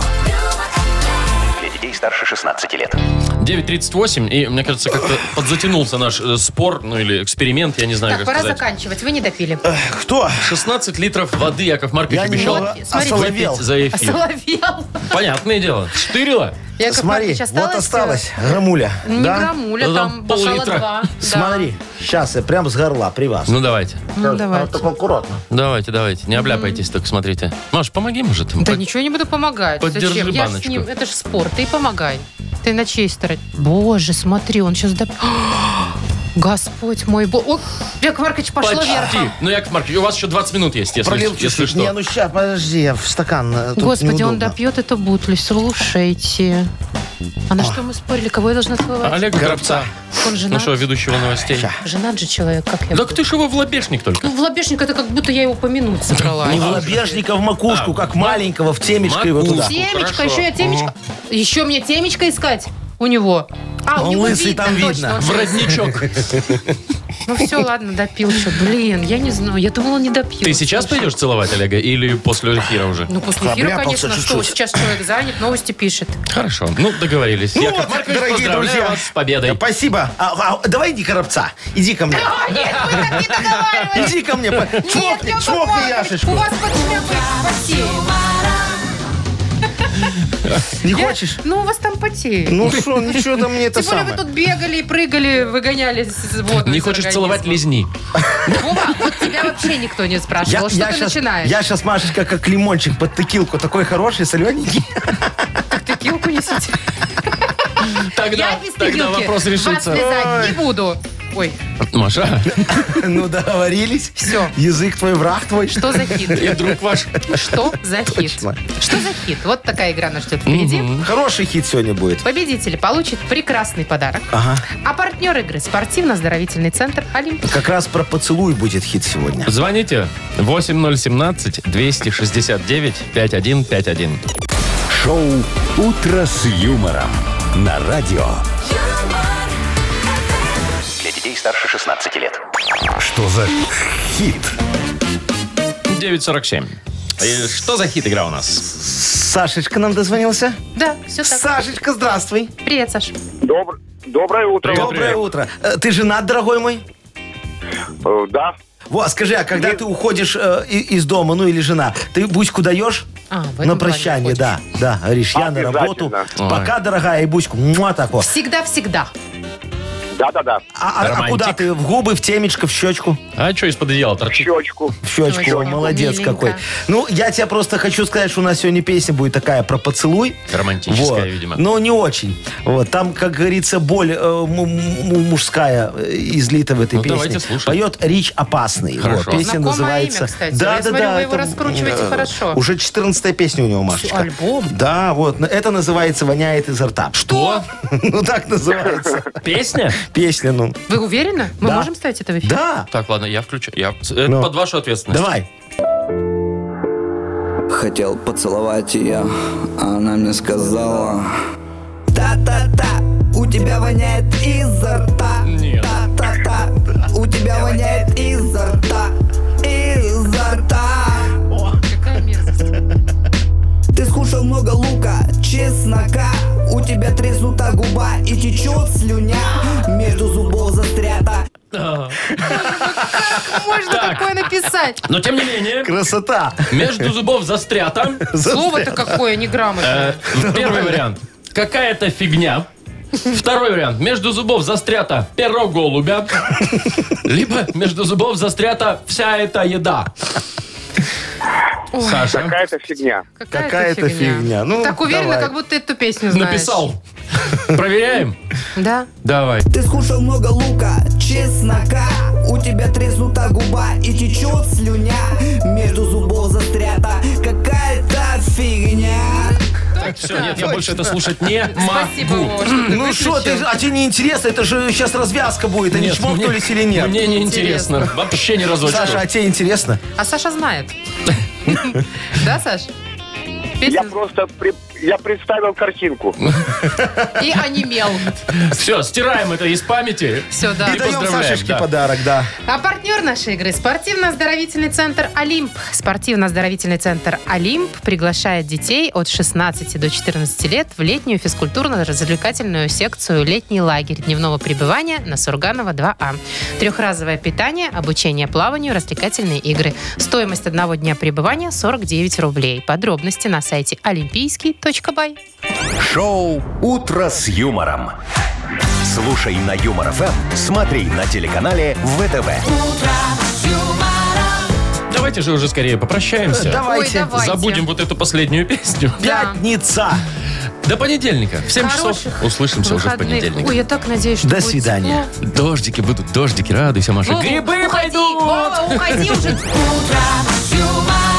E: Для детей старше 16 лет.
B: 9.38, и, мне кажется, как-то подзатянулся наш э, спор, ну или эксперимент, я не знаю,
C: так,
B: как
C: пора
B: сказать.
C: заканчивать. Вы не допили.
D: Кто?
B: 16 литров воды Яков Маркович
D: Я
B: обещал
D: немного
C: Вот, смотрите.
D: осоловел.
B: выпить за
C: А
B: эфир.
C: Соловел.
B: Понятное дело. Штырило?
C: Яков
D: Смотри,
C: Маркович,
D: вот осталось грамуля.
C: э, Не
D: да?
C: граммуля,
B: Ну, там
C: там бокала
B: пол-литра.
C: два. Да.
D: Смотри, сейчас я прям с горла при вас.
B: Ну, давайте.
C: Ну, давайте.
D: Только аккуратно.
B: Давайте, давайте. Не обляпайтесь, только смотрите. Маш, помоги, может.
C: Да
B: По-
C: ничего не буду помогать.
B: Поддержи
C: Зачем? Я с
B: баночку.
C: ним, это же спорт, ты помогай. Ты на чьей стороне? Боже, смотри, он сейчас... До... Господь мой бог. О, Яков Маркович, пошло
B: Почти.
C: вверх.
B: Ну, Яков Маркович, у вас еще 20 минут есть, если,
I: Пролил
B: если
I: чуть-чуть.
B: что.
I: Не, ну сейчас, подожди, я в стакан. э, тут
C: Господи, он
I: неудобно.
C: допьет эту бутлю. Слушайте. А на что мы спорили? Кого я должна целовать?
B: Олег Горобца,
C: Он женат.
B: нашего ведущего новостей.
C: Женат же человек, как я.
B: Так ты ж его в лобешник только.
C: Ну, в лобешник это как будто я его помянуть собрала.
I: Ну,
D: Не в лобешника в
B: А,
D: макушку, как маленького в темечко его туда.
B: Макушку.
C: Темечко,
B: Хорошо.
C: еще я темечко. Еще мне темечко искать у него. А, у
I: Ну,
D: Он
C: него
D: лысый, там
C: точно,
D: видно.
C: он
B: В
C: же-
B: родничок.
C: Ну все, ладно, допил что. Блин, я не знаю. Я думала, не допьет.
B: Ты сейчас пойдешь целовать Олега или после эфира уже?
C: Ну, после эфира,
I: Обляпался
C: конечно, что
I: чуть-чуть.
C: сейчас человек занят, новости пишет.
B: Хорошо. Ну, договорились.
I: Ну
B: Яков
I: вот,
B: Маркович,
I: дорогие
B: поздравляю
I: друзья.
B: вас с победой.
I: Спасибо. А, а, давай иди коробца. Иди ко мне.
C: А Нет, вы так не договаривались.
I: Иди ко мне. по- Чмокни,
C: Яков
I: чмокни
C: Маркович, У
I: Яшечку.
C: вас под шляпой. Спасибо.
I: Не
C: Я-
I: хочешь?
C: Ну, у вас там потеет.
I: Ну что, ничего там мне это
C: Тем более вы
I: самое.
C: тут бегали и прыгали, выгоняли с- воду
B: Не
C: из
B: хочешь
C: организма.
B: целовать, лизни.
C: Вова, вот тебя вообще никто не спрашивал. Что ты
I: щас-
C: начинаешь?
I: я сейчас, Машечка, как лимончик под текилку. Такой хороший, солененький.
C: Так ты килку несите. Я
B: Тогда,
C: без
B: тогда
C: тыкилки
B: вопрос
C: Вас
B: решится.
C: лизать не буду. Ой,
B: Маша,
I: Ну, договорились.
C: Всё.
I: Язык твой, враг твой.
C: что за хит?
B: и друг ваш.
C: Что за хит?
I: Точно.
C: Что за хит? Вот такая игра нас ждет впереди.
I: Хороший хит сегодня будет.
C: Победители получат прекрасный подарок.
I: Ага.
C: А партнер игры – спортивно-оздоровительный центр «Олимп».
D: Как раз про поцелуй будет хит сегодня.
B: Звоните 8017-269-5151.
A: Шоу «Утро с юмором» на радио.
E: Для детей старше 16 лет.
A: Что за хит?
B: 947. И Что за хит игра у нас?
I: Сашечка нам дозвонился.
C: Да, все так.
I: Сашечка, здравствуй.
C: Привет, Саш.
G: Добр- Доброе утро.
B: Привет,
D: Доброе
B: привет.
D: утро. Э, Ты женат, дорогой мой?
G: Э, Да,
D: Вот, скажи, а когда ты уходишь э, и- из дома, ну или жена, ты буську даешь?
C: А, в этом
D: На
C: плане
D: прощание,
C: уходишь.
D: да. Да, говоришь, я на работу.
G: Обязательно.
D: Пока, дорогая, и буську. Муа, так вот.
C: Всегда-всегда.
G: да-да-да.
D: А, а- а
B: Романтик.
D: куда ты? В губы, в темечко, в щечку?
B: А что из-под одеяла торчит?
G: Щечку.
D: В щечку.
C: Точно.
D: О, молодец
C: Миленько.
D: какой. Ну, я тебе просто хочу сказать, что у нас сегодня песня будет такая про поцелуй.
B: Романтическая,
D: Вот.
B: видимо.
D: Но не очень. Вот. Там, как говорится, боль э, му- му- мужская э, излита в этой
B: Ну,
D: песне.
B: давайте слушать.
D: Поет Рич Опасный. Вот,
B: Хорошо.
D: Песня
C: Знакомое
D: называется...
C: имя, кстати. Я смотрю, вы его раскручиваете
D: э,
C: хорошо.
D: Уже 14 песня у него, Машечка.
C: альбом?
D: Да, вот. Но Это называется «Воняет изо рта».
B: Что?
D: Ну, так называется
B: Песня?
D: песня, ну.
C: Вы уверены? Мы
D: Да.
C: можем ставить это в эфир?
D: Да,
B: Так, ладно, я включу. Я... Это
D: Ну.
B: под вашу ответственность.
D: давай.
J: Хотел поцеловать ее, а она мне сказала Та-та-та, у тебя воняет изо рта
B: Нет.
J: Та-та-та, у тебя воняет изо рта Изо рта
C: Какая мерзость.
J: Ты скушал много лука, чеснока У тебя треснута губа и течет слюня Между зубов застрята
C: Можно такое написать?
B: Но тем не менее,
D: Красота.
B: между зубов застрято.
C: Слово-то какое неграмотное.
B: Э, Первый вариант. Какая-то фигня. Второй вариант. Между зубов застрято перо голубя. Либо между зубов застрята вся эта еда. Саша
G: Какая-то фигня.
C: Какая-то,
D: какая-то фигня. Ну,
C: так уверенно,
D: давай.
C: как будто эту песню знаешь.
B: написал. Проверяем?
C: Да.
B: Давай.
J: Ты скушал много лука, чеснока У тебя треснута губа и течет слюня Между зубов застрята какая-то фигня
B: Так, все, нет, я больше это слушать не
C: Спасибо,
B: могу.
C: Вова, что ты
D: Ну что ты,
C: выключил.
D: а тебе не интересно, это же сейчас развязка будет, они
B: Нет,
D: чмокнулись или нет?
B: Мне неинтересно. Вообще ни разочку.
D: Саша, а тебе интересно?
C: А Саша знает. Да, Саш?
G: Я
C: Песня
G: просто при- я представил картинку.
C: и онемел.
B: Все, стираем это из памяти.
C: Все, да.
B: И
D: И даем
B: поздравляем,
D: Сашечке
B: да.
D: подарок, да.
C: А партнер нашей игры – спортивно-оздоровительный центр «Олимп». Спортивно-оздоровительный центр «Олимп» приглашает детей от 16 до 14 лет в летнюю физкультурно-развлекательную секцию «Летний лагерь» дневного пребывания на Сурганова 2А. Трехразовое питание, обучение плаванию, развлекательные игры. Стоимость одного дня пребывания – 49 рублей. Подробности на сайте олимпийский.бай.
A: Шоу «Утро с юмором». Слушай на Юмор ФМ, смотри на телеканале ВТВ.
B: Давайте же уже скорее попрощаемся.
D: Давайте.
C: давайте.
B: Забудем вот эту последнюю песню.
C: Да.
D: Пятница.
B: До понедельника. В 7 часов
C: Хороших
B: услышимся уже в
C: выходных.
B: понедельник.
C: Ой, я так надеюсь, что
D: До
C: будет
D: свидания.
C: тепло.
B: Дождики
C: Ну,
B: будут, дождики, радуйся, Маша.
C: Вова,
B: Грибы
C: уходи,
B: пойдут!
C: Вова, уходи уже.
K: Утро с юмором.